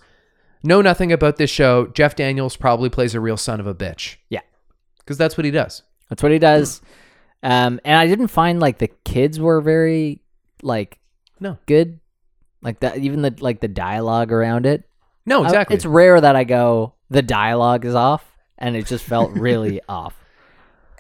Speaker 4: "Know nothing about this show." Jeff Daniels probably plays a real son of a bitch.
Speaker 2: Yeah.
Speaker 4: because that's what he does.
Speaker 2: that's what he does. Um, and I didn't find like the kids were very like
Speaker 4: No.
Speaker 2: good, like that. Even the like the dialogue around it.
Speaker 4: No,
Speaker 2: I-
Speaker 4: Oh, exactly.
Speaker 2: Oh, it's rare that I go the dialogue is off, and it just felt
Speaker 4: *laughs*
Speaker 2: really off.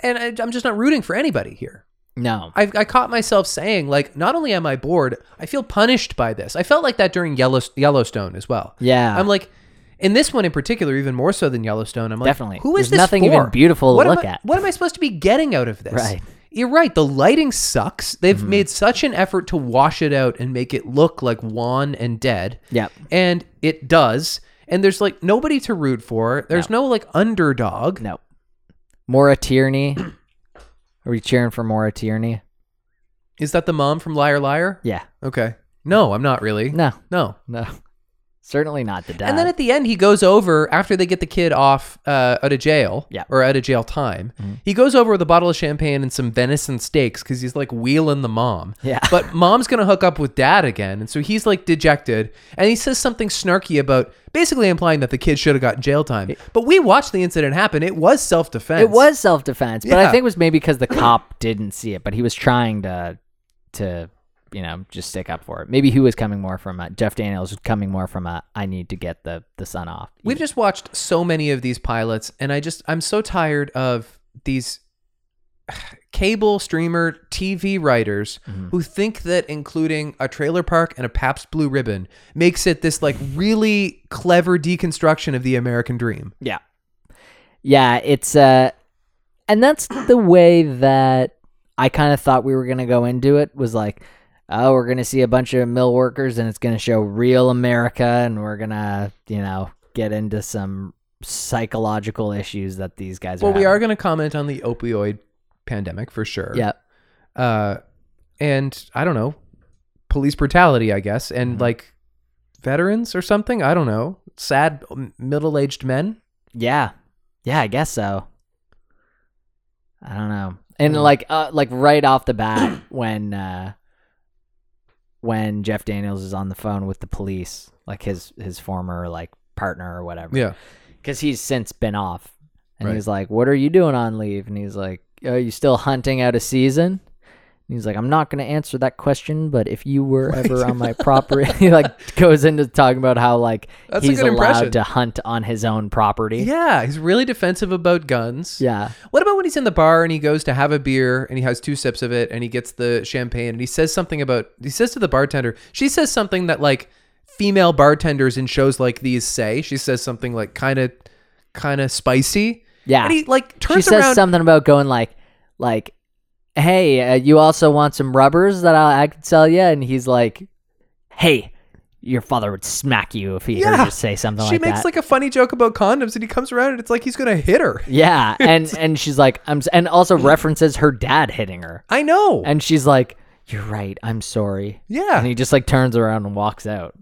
Speaker 4: and I, I'm just not rooting for anybody here.
Speaker 2: No.
Speaker 4: I, I caught myself saying, like, not only am I bored, I feel punished by this. I felt like that during Yellow, Yellowstone as well.
Speaker 2: Yeah.
Speaker 4: I'm like, in this one in particular, even more so than Yellowstone, I'm like,
Speaker 2: Definitely.
Speaker 4: who is
Speaker 2: There's
Speaker 4: this
Speaker 2: nothing
Speaker 4: for?
Speaker 2: even beautiful to
Speaker 4: what am
Speaker 2: look
Speaker 4: I-
Speaker 2: at.
Speaker 4: What am I supposed to be getting out of this?
Speaker 2: Right.
Speaker 4: You're right. The lighting sucks. They've
Speaker 2: Mm-hmm.
Speaker 4: made such an effort to wash it out and make it look like wan and dead.
Speaker 2: Yep.
Speaker 4: And it does. And there's like nobody to root for. There's no, like underdog.
Speaker 2: No. Maura Tierney. *clears throat* Are we cheering for Maura Tierney?
Speaker 4: Is that the mom from Liar Liar?
Speaker 2: Yeah.
Speaker 4: Okay. No, I'm not really.
Speaker 2: No.
Speaker 4: No.
Speaker 2: No. Certainly not the dad.
Speaker 4: And then at the end, he goes over after they get the kid off uh, out of jail
Speaker 2: Yeah. Mm-hmm.
Speaker 4: or out of jail time. He goes over with a bottle of champagne and some venison steaks because he's like wheeling the mom.
Speaker 2: Yeah.
Speaker 4: But mom's going to hook up with dad again. And so he's like dejected. And he says something snarky about basically implying that the kid should have gotten jail time. But we watched the incident happen. It was self defense.
Speaker 2: it was self defense, but
Speaker 4: Yeah.
Speaker 2: I think it was maybe
Speaker 4: *laughs*
Speaker 2: because the cop didn't see it, but he was trying to to you know just stick up for it. Maybe he was coming more from a, Jeff Daniels was coming more from a I need to get the the son off.
Speaker 4: We've just watched so many of these pilots, and I just I'm so tired of these *sighs* cable streamer TV writers
Speaker 2: Mm-hmm.
Speaker 4: who think that including a trailer park and a Pabst Blue Ribbon makes it this like really clever deconstruction of the American dream.
Speaker 2: Yeah. Yeah, it's uh and that's the way that I kind of thought we were going to go into it was like oh, we're going to see a bunch of mill workers and it's going to show real America and we're going to, you know, get into some psychological issues that these guys
Speaker 4: Well,
Speaker 2: are
Speaker 4: we are
Speaker 2: having.
Speaker 4: going to comment on the opioid pandemic for sure.
Speaker 2: Yeah.
Speaker 4: Uh, and I don't know, police brutality, I guess, and like veterans or something. I don't know. Sad m- middle-aged men.
Speaker 2: Yeah. Yeah, I guess so. I don't know.
Speaker 4: Hmm.
Speaker 2: And like uh, like right off
Speaker 4: *clears throat*
Speaker 2: the bat when uh when Jeff Daniels is on the phone with the police, like his his former like partner or whatever.
Speaker 4: Yeah.
Speaker 2: Cuz he's since been off. And
Speaker 4: Right.
Speaker 2: he's like, "What are you doing on leave?" And he's like, "Are you still hunting out a season?" And he's like, "I'm not going to answer that question, but if you were ever on
Speaker 4: *laughs*
Speaker 2: my property," *laughs* he like goes into talking about how like
Speaker 4: That's a
Speaker 2: he's
Speaker 4: good
Speaker 2: allowed
Speaker 4: impression.
Speaker 2: to hunt on his own property.
Speaker 4: Yeah, he's really defensive about guns.
Speaker 2: Yeah.
Speaker 4: What about when he's in the bar and he goes to have a beer and he has two sips of it and he gets the champagne and he says something about he says to the bartender, she says something that like female bartenders in shows like these say. She says something like kind of kind of spicy.
Speaker 2: Yeah.
Speaker 4: And he like
Speaker 2: She
Speaker 4: turns
Speaker 2: says
Speaker 4: around
Speaker 2: something about going like, like, hey, uh, you also want some rubbers that I, I could sell you? And he's like, hey, your father would smack you if he
Speaker 4: Yeah.
Speaker 2: heard you say something
Speaker 4: she
Speaker 2: like
Speaker 4: makes
Speaker 2: that.
Speaker 4: like a funny joke about condoms and he comes around and it's like he's going to hit her. *laughs*
Speaker 2: yeah, and and she's like, I'm, s- and also references her dad hitting her,
Speaker 4: I know.
Speaker 2: and she's like, you're right, I'm sorry.
Speaker 4: yeah.
Speaker 2: And he just like turns around and walks out.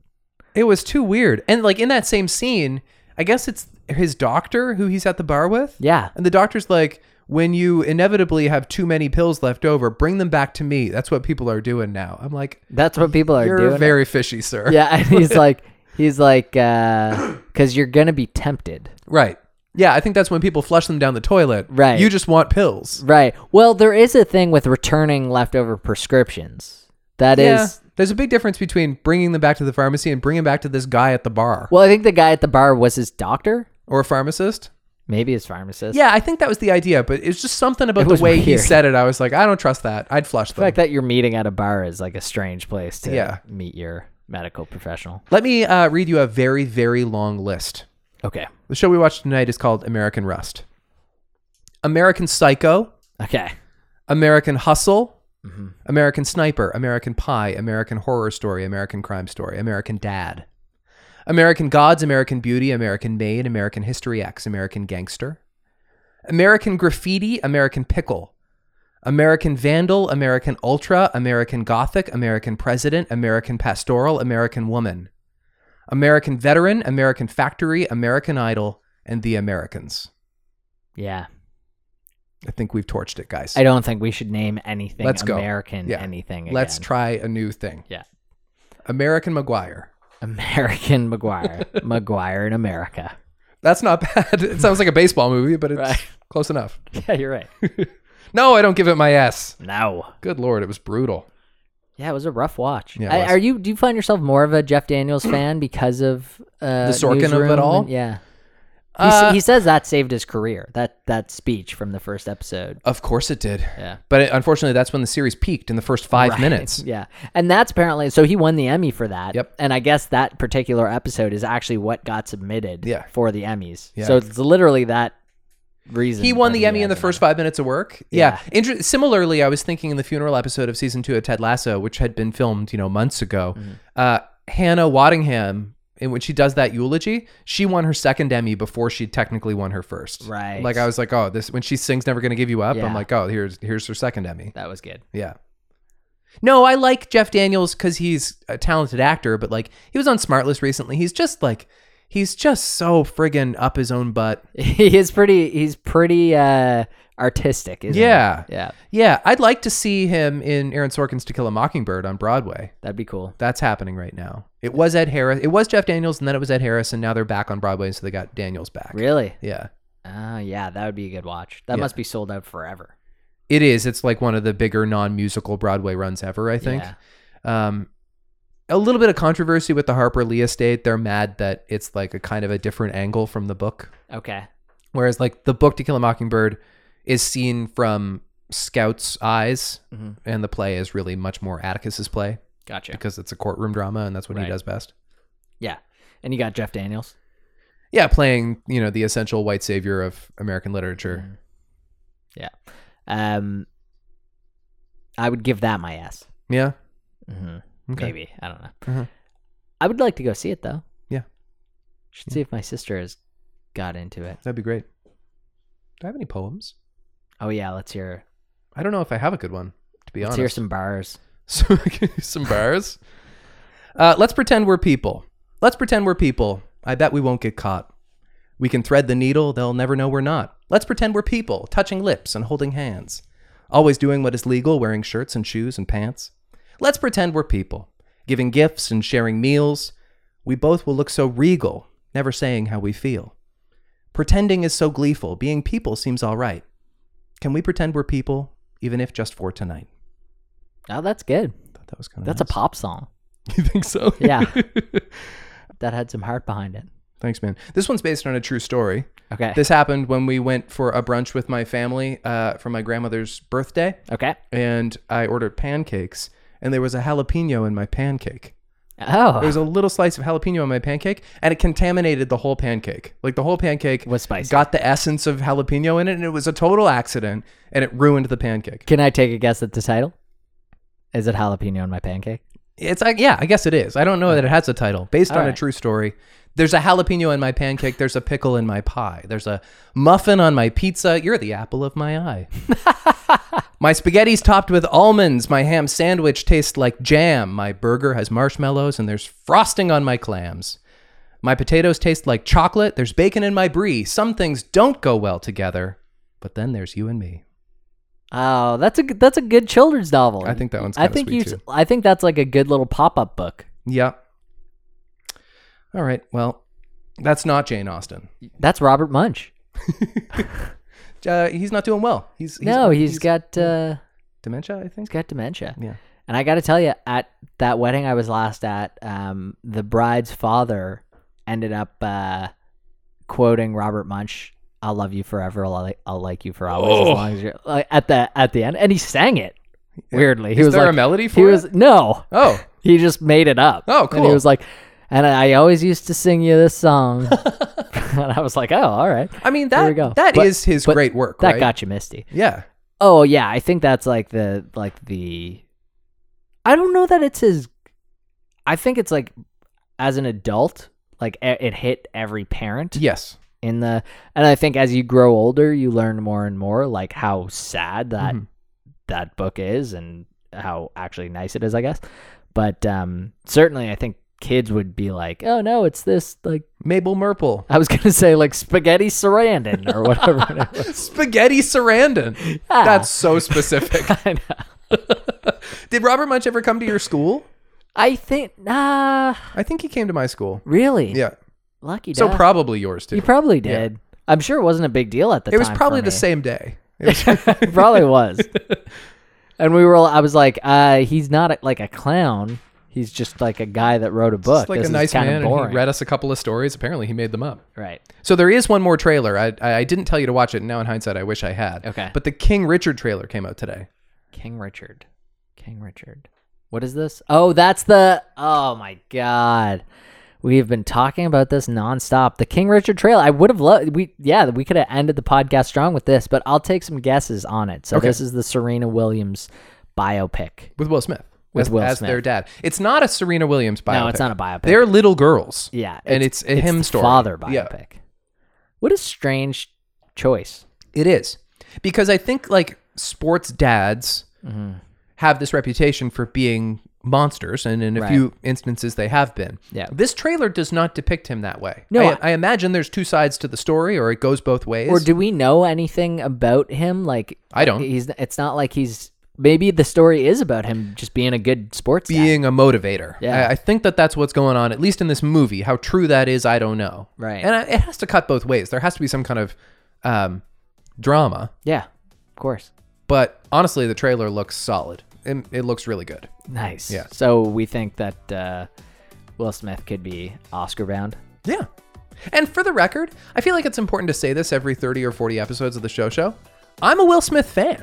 Speaker 4: It was too weird. And like in that same scene, I guess it's his doctor who he's at the bar with.
Speaker 2: Yeah.
Speaker 4: And the doctor's like, when you inevitably have too many pills left over, bring them back to me. That's what people are doing now. I'm like,
Speaker 2: That's what people are
Speaker 4: you're
Speaker 2: doing.
Speaker 4: very fishy, sir.
Speaker 2: yeah, *laughs* and
Speaker 4: *laughs*
Speaker 2: he's like, he's like, uh, because you're gonna be tempted.
Speaker 4: Right. Yeah, I think that's when people flush them down the toilet.
Speaker 2: Right.
Speaker 4: You just want pills.
Speaker 2: Right. Well, there is a thing with returning leftover prescriptions. That is,
Speaker 4: yeah. There's a big difference between bringing them back to the pharmacy and bringing them back to this guy at the bar
Speaker 2: well, I think the guy at the bar was his doctor,
Speaker 4: or a pharmacist.
Speaker 2: maybe his pharmacist.
Speaker 4: Yeah, I think that was the idea, but it's just something
Speaker 2: It
Speaker 4: about the
Speaker 2: was
Speaker 4: way he
Speaker 2: weird.
Speaker 4: said it. I was like, I don't trust that. I'd flush
Speaker 2: The
Speaker 4: them.
Speaker 2: fact that you're meeting at a bar is like a strange place to
Speaker 4: Yeah.
Speaker 2: meet your medical professional.
Speaker 4: Let me uh, read you a very, very long list.
Speaker 2: Okay.
Speaker 4: The show we watched tonight is called American Rust. American Psycho,
Speaker 2: Okay.
Speaker 4: American Hustle, American Sniper, American Pie, American Horror Story, American Crime Story, American Dad, American Gods, American Beauty, American Maid, American History X, American Gangster, American Graffiti, American Pickle, American Vandal, American Ultra, American Gothic, American President, American Pastoral, American Woman, American Veteran, American Factory, American Idol, and The Americans.
Speaker 2: Yeah.
Speaker 4: I think we've torched it, guys.
Speaker 2: I don't think we should name anything
Speaker 4: Let's go.
Speaker 2: American
Speaker 4: Yeah.
Speaker 2: anything.
Speaker 4: Let's
Speaker 2: again.
Speaker 4: try a new thing.
Speaker 2: Yeah.
Speaker 4: American Maguire. *laughs*
Speaker 2: American Maguire. Maguire in America. *laughs*
Speaker 4: That's not *laughs* bad. It sounds like a baseball movie, but it's
Speaker 2: Right.
Speaker 4: *laughs* close enough.
Speaker 2: Yeah, you're right.
Speaker 4: No, I don't give it my S.
Speaker 2: No.
Speaker 4: Good lord, it was brutal.
Speaker 2: Yeah, it was a rough watch.
Speaker 4: Yeah, it
Speaker 2: I-
Speaker 4: was.
Speaker 2: are you? Do you find yourself more of a Jeff Daniels fan because of uh,
Speaker 4: The Sorkin of it
Speaker 2: Newsroom?
Speaker 4: all?
Speaker 2: Yeah. He, s-
Speaker 4: Uh,
Speaker 2: he says that saved his career. That that speech from the first episode.
Speaker 4: Of course it did.
Speaker 2: Yeah.
Speaker 4: But it, unfortunately, that's when the series peaked in the first five minutes.
Speaker 2: *laughs* Yeah. And that's apparently so he won the Emmy for that.
Speaker 4: Yep.
Speaker 2: And I guess that particular episode is actually what got submitted
Speaker 4: Yeah.
Speaker 2: for the Emmys.
Speaker 4: Yeah.
Speaker 2: So it's literally that reason.
Speaker 4: He won
Speaker 2: that
Speaker 4: the Emmy in the
Speaker 2: has
Speaker 4: first five minutes of work. Yeah. Inter- similarly, I was thinking in the funeral episode of season two of Ted Lasso, which had been filmed, you know, months ago. Uh, Hannah Waddingham, and when she does that eulogy, she won her second Emmy before she technically won her first.
Speaker 2: Right.
Speaker 4: Like I was like, oh, this when she sings "Never Gonna Give You Up,"
Speaker 2: Yeah.
Speaker 4: I'm like, oh, here's here's her second Emmy.
Speaker 2: That was good. *laughs*
Speaker 4: Yeah. No, I like Jeff Daniels because he's a talented actor, but like he was on Smartless recently. He's just like, he's just so friggin' up his own butt.
Speaker 2: He is pretty he's pretty uh artistic, isn't he?
Speaker 4: Yeah.
Speaker 2: Yeah.
Speaker 4: Yeah, I'd like to see him in Aaron Sorkin's To Kill a Mockingbird on Broadway.
Speaker 2: That'd be cool.
Speaker 4: That's happening right now. It was Ed Harris. It was Jeff Daniels, and then it was Ed Harris, and now they're back on Broadway, so they got Daniels back.
Speaker 2: Really?
Speaker 4: Yeah.
Speaker 2: Oh yeah, that would be a good watch. That
Speaker 4: Yeah.
Speaker 2: must be sold out forever.
Speaker 4: It is. It's like one of the bigger non musical Broadway runs ever, I think.
Speaker 2: Yeah.
Speaker 4: Um, a little bit of controversy with the Harper Lee estate. They're mad that it's like a kind of a different angle from the book.
Speaker 2: Okay.
Speaker 4: Whereas, like, the book To Kill a Mockingbird is seen from Scout's eyes,
Speaker 2: Mhm.
Speaker 4: and the play is really much more Atticus's play
Speaker 2: Gotcha.
Speaker 4: because it's a courtroom drama, and that's what
Speaker 2: Right.
Speaker 4: he does best.
Speaker 2: Yeah. And you got Jeff Daniels.
Speaker 4: Yeah, playing, you know, the essential white savior of American literature.
Speaker 2: Mm. Yeah. Um I would give that my S.
Speaker 4: Yeah.
Speaker 2: Mm-hmm.
Speaker 4: Okay.
Speaker 2: Maybe I don't know.
Speaker 4: Uh-huh.
Speaker 2: I would like to go see it though.
Speaker 4: Yeah.
Speaker 2: should see if my sister has got into it.
Speaker 4: That'd be great. Do I have any poems?
Speaker 2: Oh yeah, let's hear.
Speaker 4: I don't know if I have a good one, to be
Speaker 2: let's
Speaker 4: honest.
Speaker 2: hear some bars.
Speaker 4: *laughs* So some bars. Uh, let's pretend we're people. Let's pretend we're people. I bet we won't get caught. We can thread the needle, they'll never know we're not. Let's pretend we're people, touching lips and holding hands. Always doing what is legal, wearing shirts and shoes and pants. Let's pretend we're people, giving gifts and sharing meals. We both will look so regal, never saying how we feel. Pretending is so gleeful, being people seems all right. Can we pretend we're people, even if just for tonight?
Speaker 2: Oh, that's good.
Speaker 4: Thought that was kind of
Speaker 2: That's a pop song.
Speaker 4: You *laughs* think so?
Speaker 2: Yeah, that had some heart behind it.
Speaker 4: Thanks, man. This one's based on a true story.
Speaker 2: Okay.
Speaker 4: This happened when we went for a brunch with my family uh, for my grandmother's birthday,
Speaker 2: okay.
Speaker 4: and I ordered pancakes, and there was a jalapeno in my pancake. There
Speaker 2: Oh,
Speaker 4: was a little slice of jalapeno in my pancake, and it contaminated the whole pancake. Like the whole pancake
Speaker 2: Was spicy.
Speaker 4: Got the essence of jalapeno in it, and it was a total accident, and it ruined the pancake.
Speaker 2: can I take a guess at the title? Is it jalapeno in my pancake?
Speaker 4: It's like, yeah, I guess it is. I don't know that it has a title. Based
Speaker 2: All
Speaker 4: on a
Speaker 2: right.
Speaker 4: true story. There's a jalapeno in my pancake. There's a pickle in my pie. There's a muffin on my pizza. You're the apple of my eye. my spaghetti's topped with almonds. My ham sandwich tastes like jam. My burger has marshmallows, and there's frosting on my clams. My potatoes taste like chocolate. There's bacon in my brie. Some things don't go well together, but then there's you and me.
Speaker 2: Oh, that's a good- that's a good children's novel.
Speaker 4: I think that one's
Speaker 2: I
Speaker 4: kinda
Speaker 2: think
Speaker 4: sweet,
Speaker 2: you.
Speaker 4: too.
Speaker 2: I think that's like a good little pop up book.
Speaker 4: Yeah. All right. Well, that's not Jane Austen.
Speaker 2: That's Robert Munch.
Speaker 4: uh, he's not doing well. He's, he's
Speaker 2: no, he's got uh,
Speaker 4: dementia, I
Speaker 2: he's
Speaker 4: think.
Speaker 2: got dementia.
Speaker 4: Yeah.
Speaker 2: And I got to tell you, at that wedding I was last at, um, the bride's father ended up uh, quoting Robert Munch, "I'll love you forever, I'll, li- I'll like you for always." As long as you're like, at the at the end, and he sang it weirdly. He
Speaker 4: Is
Speaker 2: was
Speaker 4: there
Speaker 2: like,
Speaker 4: a melody for
Speaker 2: he
Speaker 4: it?
Speaker 2: was no,
Speaker 4: Oh,
Speaker 2: he just made it up.
Speaker 4: Oh,
Speaker 2: And
Speaker 4: cool. *laughs*
Speaker 2: he was like, and I always used to sing you this song. *laughs* and I was like, oh, all right.
Speaker 4: I mean
Speaker 2: There
Speaker 4: that
Speaker 2: we go.
Speaker 4: that is
Speaker 2: But-
Speaker 4: his
Speaker 2: but
Speaker 4: great work.
Speaker 2: That
Speaker 4: right?
Speaker 2: got you misty. *laughs*
Speaker 4: yeah.
Speaker 2: Oh yeah, I think that's like the like the I don't know that it's his I think it's like as an adult, like e- it hit every parent
Speaker 4: Yes.
Speaker 2: in the and I think as you grow older, you learn more and more like how sad that
Speaker 4: Mhm.
Speaker 2: that book is and how actually nice it is, I guess. But um certainly I think kids would be like, "Oh no, it's this like
Speaker 4: Mabel
Speaker 2: *laughs*
Speaker 4: Merple.
Speaker 2: I was going to say like spaghetti sarandon or whatever it was."
Speaker 4: Spaghetti Sarandon. *laughs*
Speaker 2: Ah. *laughs*
Speaker 4: That's so specific.
Speaker 2: I know.
Speaker 4: Did Robert Munch ever come to your school?
Speaker 2: I think nah,
Speaker 4: I think he came to my school.
Speaker 2: really.
Speaker 4: Yeah.
Speaker 2: Lucky
Speaker 4: So
Speaker 2: duck.
Speaker 4: probably yours too.
Speaker 2: you probably did. I'm sure it wasn't a big deal at the
Speaker 4: it
Speaker 2: time.
Speaker 4: was probably
Speaker 2: for
Speaker 4: the
Speaker 2: me.
Speaker 4: same
Speaker 2: *laughs*
Speaker 4: day. It was-
Speaker 2: It probably was. and we were. all- I was like, uh, he's not a, like a clown. He's just like a guy that wrote a book.
Speaker 4: It's like
Speaker 2: This
Speaker 4: a
Speaker 2: is
Speaker 4: nice
Speaker 2: kinda
Speaker 4: man, and
Speaker 2: boring.
Speaker 4: he read us a couple of stories. Apparently, he made them up.
Speaker 2: right.
Speaker 4: So there is one more trailer. I, I I didn't tell you to watch it. and Now in hindsight, I wish I had.
Speaker 2: Okay.
Speaker 4: But the King Richard trailer came out today.
Speaker 2: King Richard. King Richard. What is this? Oh, that's the. Oh my God. We've been talking about this nonstop. The King Richard trail. I would have loved. We yeah, we could have ended the podcast strong with this, but I'll take some guesses on it. So
Speaker 4: Okay.
Speaker 2: this is the Serena Williams biopic.
Speaker 4: with Will Smith.
Speaker 2: With
Speaker 4: as,
Speaker 2: Will
Speaker 4: as
Speaker 2: Smith.
Speaker 4: their dad. It's not a Serena Williams biopic.
Speaker 2: No, it's not a biopic.
Speaker 4: They're little girls.
Speaker 2: yeah,
Speaker 4: and it's, a him
Speaker 2: the
Speaker 4: story.
Speaker 2: Father
Speaker 4: Yeah.
Speaker 2: biopic. What a strange choice.
Speaker 4: It is. Because I think like sports dads
Speaker 2: Mm-hmm.
Speaker 4: have this reputation for being monsters, and in a
Speaker 2: Right.
Speaker 4: few instances they have been.
Speaker 2: Yeah.
Speaker 4: This trailer does not depict him that way.
Speaker 2: No,
Speaker 4: I, I imagine there's two sides to the story, or it goes both ways.
Speaker 2: Or do we know anything about him? Like
Speaker 4: I don't.
Speaker 2: He's. It's not like he's. Maybe the story is about him just being a good sports dad.
Speaker 4: being a motivator.
Speaker 2: Yeah.
Speaker 4: I, I think that that's what's going on, at least in this movie. How true that is, I don't know.
Speaker 2: Right.
Speaker 4: And I, it has to cut both ways. There has to be some kind of um, drama.
Speaker 2: Yeah, of course.
Speaker 4: But honestly, the trailer looks solid. It, it looks really good.
Speaker 2: Nice.
Speaker 4: Yeah.
Speaker 2: So we think that uh, Will Smith could be Oscar bound.
Speaker 4: Yeah. And for the record, I feel like it's important to say this every 30 or 40 episodes of the show show. I'm a Will Smith fan.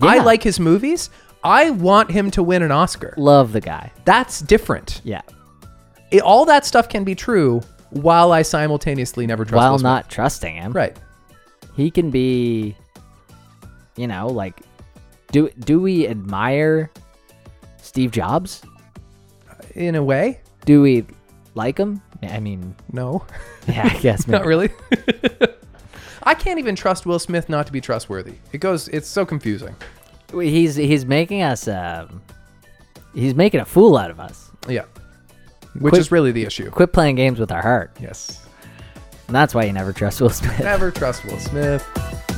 Speaker 4: I
Speaker 2: Yeah.
Speaker 4: like his movies. I want him to win an Oscar.
Speaker 2: Love the guy.
Speaker 4: That's different.
Speaker 2: Yeah.
Speaker 4: It- all that stuff can be true while I simultaneously never trust
Speaker 2: While
Speaker 4: Will Smith.
Speaker 2: not trusting him,
Speaker 4: Right.
Speaker 2: he can be. You know, like, do do we admire Steve Jobs?
Speaker 4: In a way,
Speaker 2: Do we like him? I mean, *laughs*
Speaker 4: no. *laughs*
Speaker 2: yeah, I guess maybe.
Speaker 4: Not really. *laughs* I can't even trust Will Smith not to be trustworthy. It goes it's so confusing.
Speaker 2: he's he's making us. Um, he's making a fool out of us.
Speaker 4: Yeah. Which
Speaker 2: Quit-
Speaker 4: is really the issue.
Speaker 2: Quit playing games with our heart.
Speaker 4: Yes. *laughs*
Speaker 2: And that's why you never trust Will Smith.
Speaker 4: Never trust Will Smith.